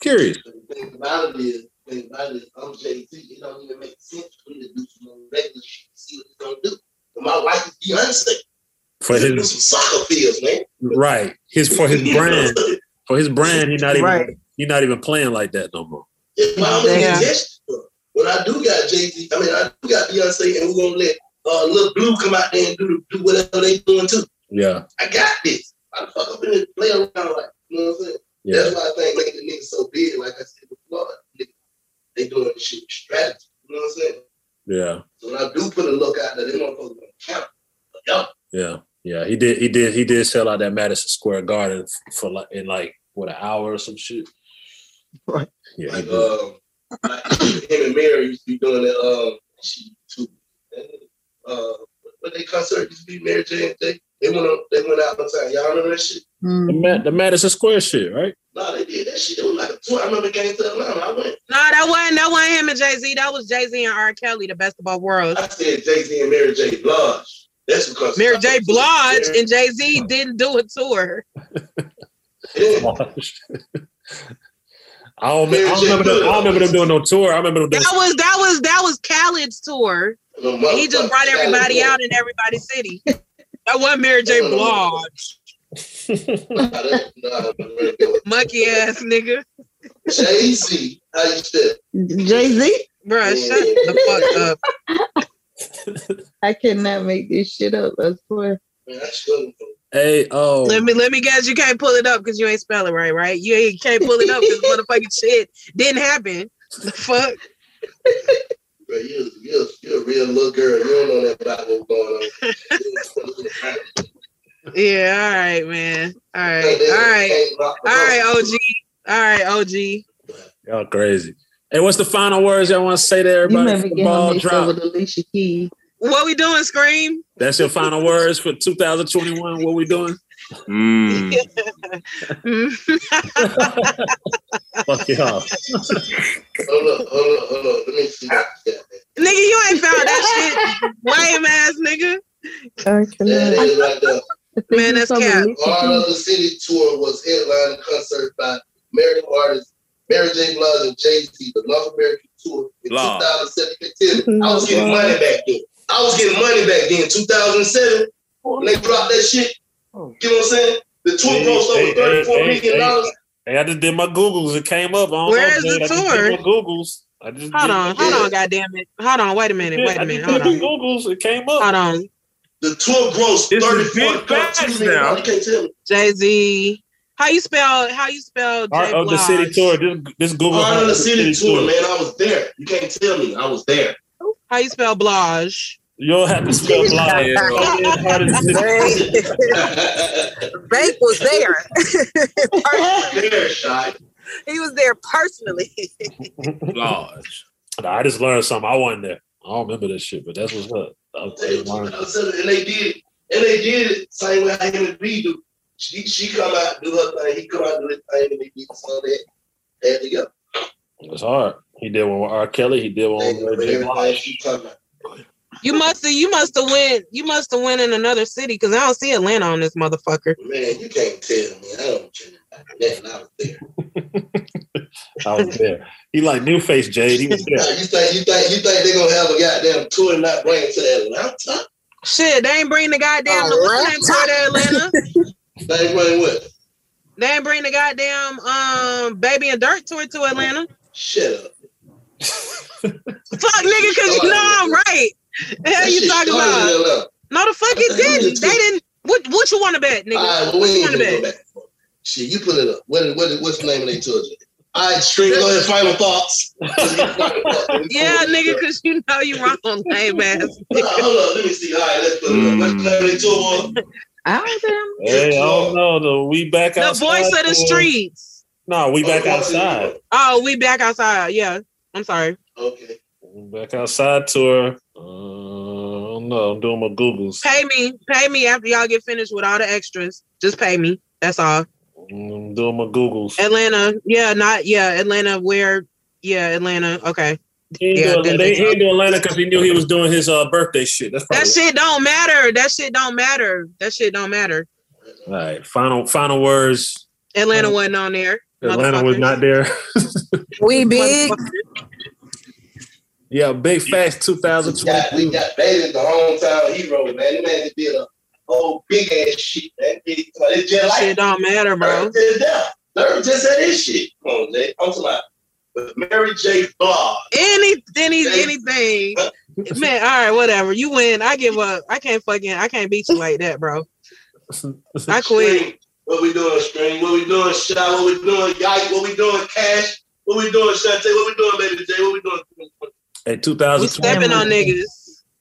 Speaker 2: Curious.
Speaker 5: thing about it is, the thing about it is, I'm Jay Z. It don't even make sense for me to do some regular shit. See what it's gonna do. But my wife is Beyonce.
Speaker 2: For
Speaker 5: Do
Speaker 2: his
Speaker 5: some soccer fields, man.
Speaker 2: right, his for his brand, for his brand, he not even
Speaker 5: Right.
Speaker 2: he not even playing like that no more.
Speaker 5: If I'm in
Speaker 2: Yeah.
Speaker 5: congestion, when I do got Jay Z, I mean, I do got Beyonce, and we're gonna let uh, Lil Blue come out there and do do whatever they doing too.
Speaker 2: Yeah,
Speaker 5: I got this. I fuck up in this play around like, you know what I'm saying?
Speaker 2: Yeah.
Speaker 5: That's why I think making the niggas so big, like I said before, nigga, they doing this shit with strategy. You know what I'm saying?
Speaker 2: yeah,
Speaker 5: So when I do put a look out there, they motherfuckers gonna count. Yo,
Speaker 2: yeah, yeah. He did, he did, he did sell out that Madison Square Garden for like in like what an hour or some shit.
Speaker 5: Right.
Speaker 2: Yeah, he
Speaker 5: like,
Speaker 2: did.
Speaker 5: um, like him and Mary used to be doing that, um, she too. Uh, what they concert used to be Mary J and J. They went on, they went out one time. Y'all remember that shit?
Speaker 2: The, Ma- the Madison Square shit, right?
Speaker 5: No, they did that shit. It was like a tour. I remember it came to Atlanta. I went.
Speaker 9: No, that wasn't that wasn't him and Jay Z. That was Jay Z and R. Kelly, the best of both worlds.
Speaker 5: I said Jay Z and Mary J. Blige. That's because
Speaker 9: Mary J. Blige and Jay Z didn't do a tour.
Speaker 2: I don't, I don't remember them, I don't remember them doing no tour. I remember them doing
Speaker 9: That was that was that was Khaled's tour.
Speaker 5: And
Speaker 9: he just brought everybody out in everybody's city. That wasn't Mary J. Blige. Monkey ass nigga.
Speaker 5: Jay Z, how you said?
Speaker 14: Jay Z.
Speaker 9: Bruh, shut the
Speaker 14: I cannot make this shit up. I swear.
Speaker 2: Hey, oh,
Speaker 9: Let me let me guess. You can't pull it up because you ain't spell it right, right? You ain't can't pull it up because motherfucking shit didn't happen. The fuck.
Speaker 5: Bro, you, you, you're a real little girl. You don't know that about what's going on.
Speaker 9: Yeah. All right, man. All right. All right. All right. OG. All right. OG.
Speaker 2: y'all crazy. Hey, what's the final words y'all want to say to everybody?
Speaker 9: might
Speaker 2: before The
Speaker 9: be getting
Speaker 2: ball
Speaker 9: mixed
Speaker 2: drop.
Speaker 9: up with What we doing? Scream.
Speaker 2: That's your final words for 2021. What we doing? Fuck y'all.
Speaker 5: Hold up, hold up, hold up. Let me see.
Speaker 9: Nigga, you ain't found that shit. Lame ass nigga.
Speaker 5: That is right there.
Speaker 9: Man, that's cap.
Speaker 5: All of the city tour was headlined concert by American artists Mary J. Blige and Jay Z, the North American tour in
Speaker 3: Lord.
Speaker 5: 2007. I was
Speaker 14: Oh,
Speaker 5: getting money back then. I was getting money back then. 2007, when they dropped that shit. You know what I'm saying? The tour
Speaker 2: Hey,
Speaker 5: grossed
Speaker 2: hey,
Speaker 5: over 34
Speaker 2: hey,
Speaker 5: million
Speaker 2: hey,
Speaker 5: dollars.
Speaker 2: Hey, I just did my Googles. It came up. I don't
Speaker 9: Where
Speaker 2: know,
Speaker 9: is the
Speaker 2: Jay. I just
Speaker 9: tour?
Speaker 2: did my Googles. I just
Speaker 9: Hold
Speaker 2: did-
Speaker 9: on. Hold on. Goddamn it. Hold on. Wait a minute.
Speaker 2: Yeah,
Speaker 9: Wait
Speaker 2: I
Speaker 9: a minute.
Speaker 2: just
Speaker 9: Hold
Speaker 2: did
Speaker 9: on.
Speaker 2: the Googles. It came up.
Speaker 9: Hold on.
Speaker 5: The tour grossed 34
Speaker 2: now.
Speaker 5: million.
Speaker 9: Jay Z. How you spell? How you spell?
Speaker 2: Art
Speaker 9: J
Speaker 2: of oh, the
Speaker 9: Blige?
Speaker 2: City tour. This, this Google.
Speaker 5: Art of the City tour, man. I
Speaker 2: was.
Speaker 5: was there. You can't tell me. I was there.
Speaker 9: How you spell Blage?
Speaker 2: You'll have to spell Oh, Blige. Art of the City.
Speaker 15: Bank was there.
Speaker 5: there, shy.
Speaker 15: he was there personally.
Speaker 2: Lodge. Nah, I just learned something. I wasn't there. I don't remember this shit, but that's what's up. I was- I learned something.
Speaker 5: And they did, and they did it same way I and B do. She she come out do her thing, he come out do his thing, and they did all that. There they go.
Speaker 2: It's hard. He did one with R. Kelly. He did one with Mary J. Blige.
Speaker 9: You must have. You must have win. You must have win in another city because I don't see Atlanta on this motherfucker.
Speaker 5: Man, you can't tell me. I don't care about that. I
Speaker 2: I
Speaker 5: was there.
Speaker 2: was there. He like new face Jade. He was
Speaker 5: Now,
Speaker 2: there.
Speaker 5: you think you think you think they gonna have a goddamn tour and not bring it to Atlanta?
Speaker 9: Shit, they ain't bring the
Speaker 15: Oh,
Speaker 9: goddamn the what's the name tour to Atlanta.
Speaker 5: They ain't running what?
Speaker 9: They ain't bring the goddamn um baby and dirt tour to Atlanta.
Speaker 5: Shut up.
Speaker 9: Fuck nigga, cause you know I'm right. The hell
Speaker 5: That
Speaker 9: you
Speaker 5: shit
Speaker 9: talking
Speaker 5: started in Atlanta.
Speaker 9: about? No, the fuck it didn't. They didn't. What what you want to bet, nigga?
Speaker 5: All right, well,
Speaker 9: what
Speaker 5: we
Speaker 9: you
Speaker 5: ain't
Speaker 9: want to
Speaker 5: gonna go
Speaker 9: bet?
Speaker 5: back. Shit, you put it up. What, what, what's the name of their tour? Jay? All right, Stream, go ahead. Final thoughts.
Speaker 9: Yeah, nigga, cause you know you wrong, lame ass.
Speaker 5: Hold up, let me see. All right, let's put it up. What's the name of their tour?
Speaker 2: Hey, I don't know. The we back
Speaker 9: The
Speaker 2: outside.
Speaker 9: voice of the
Speaker 2: tour.
Speaker 9: streets.
Speaker 2: No, we back outside.
Speaker 9: Oh, we back outside. Yeah, I'm sorry.
Speaker 5: Okay.
Speaker 2: We back outside tour. Uh, I don't know. I'm doing my Googles.
Speaker 9: Pay me, pay me after y'all get finished with all the extras. Just pay me. That's all.
Speaker 2: I'm doing my Googles.
Speaker 9: Atlanta. Yeah, not yeah. Atlanta. Where? Yeah, Atlanta. Okay.
Speaker 2: He ain't
Speaker 9: Yeah,
Speaker 2: doing-
Speaker 9: that-
Speaker 2: they he ain't doing Atlanta because he knew he was doing his uh, birthday shit. That's probably
Speaker 9: That shit don't matter. That shit don't matter. That shit don't matter.
Speaker 2: all right. Final final words.
Speaker 9: Atlanta wasn't on there.
Speaker 2: Atlanta was not there.
Speaker 4: We big.
Speaker 2: Yeah, big facts. 2020.
Speaker 5: got, we got Bailey the hometown hero, man. That man did a whole big ass shit. That bitch, it's just like
Speaker 9: Shit don't matter, bro.
Speaker 5: Nerve just there. Nerve just said this shit. Come on, Jay. I'm talking about with Mary J. Blige.
Speaker 9: Any, any, anything. Man, all right, whatever. You win. I give up. I can't fucking. I can't beat you like that, bro. I quit.
Speaker 5: What we doing, String? What we doing, Shy? What we doing, Yike? What we doing, Cash? What we doing, Shante? What we doing, Baby J? What we doing?
Speaker 2: Hey, 2020.
Speaker 9: Stepping on niggas.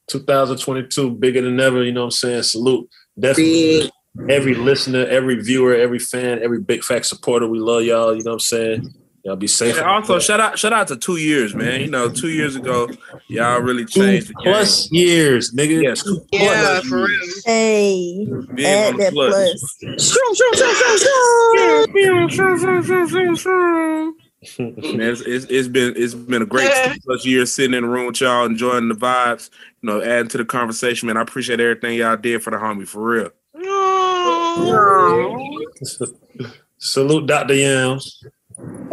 Speaker 2: 2022, bigger than ever. You know what I'm saying? Salute. Definitely. Every listener, every viewer, every fan, every big fact supporter, we love y'all. You know what I'm saying? Y'all be safe.
Speaker 3: And also, shout out, shout out to two years, man. You know, two years ago, y'all really changed. The game.
Speaker 2: plus years, nigga. Yes.
Speaker 3: Yeah,
Speaker 2: for real.
Speaker 10: Hey,
Speaker 3: Big on
Speaker 10: add
Speaker 3: the
Speaker 10: that
Speaker 3: plus.
Speaker 10: plus.
Speaker 4: Mm.
Speaker 3: Man, it's, it's, it's been it's been a great six plus year sitting in the room with y'all, enjoying the vibes. You know, adding to the conversation, man. I appreciate everything y'all did for the homie, for real.
Speaker 2: Salute Dr. Yams.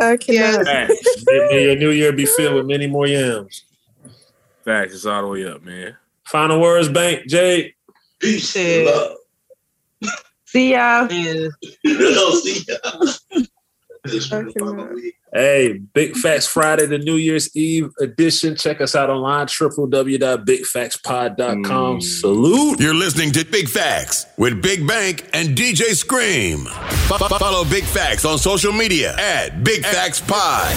Speaker 10: Okay.
Speaker 2: May, may your new year be filled with many more yams.
Speaker 3: Facts, it's all the way up, man.
Speaker 2: Final words, Bank Jade.
Speaker 5: Peace. Love.
Speaker 14: See y'all.
Speaker 5: see
Speaker 2: Hey, Big Facts Friday, the New Year's Eve edition. Check us out online, www.bigfactspod.com. Salute.
Speaker 1: You're listening to Big Facts with Big Bank and DJ Scream. Fo- fo- follow Big Facts on social media at Big Facts Pod.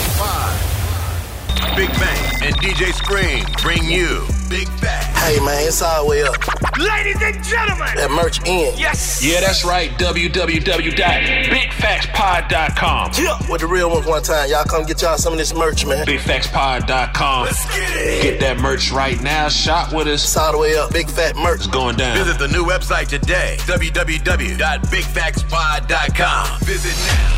Speaker 1: Big Bank and DJ Scream bring you Big Facts.
Speaker 7: Hey man, it's all the way up.
Speaker 1: Ladies and gentlemen,
Speaker 7: That merch in. Yes.
Speaker 1: Yeah, that's right. www.bigfactspod.com.
Speaker 7: Yeah, with the real ones one time. Y'all come get y'all some of this merch, man.
Speaker 1: BigFactsPod.com. Get that merch right now. Shop with us.
Speaker 7: It's all the way up. Big fat merch.
Speaker 1: It's going down. Visit the new website today. www.bigfactspod.com. Visit now.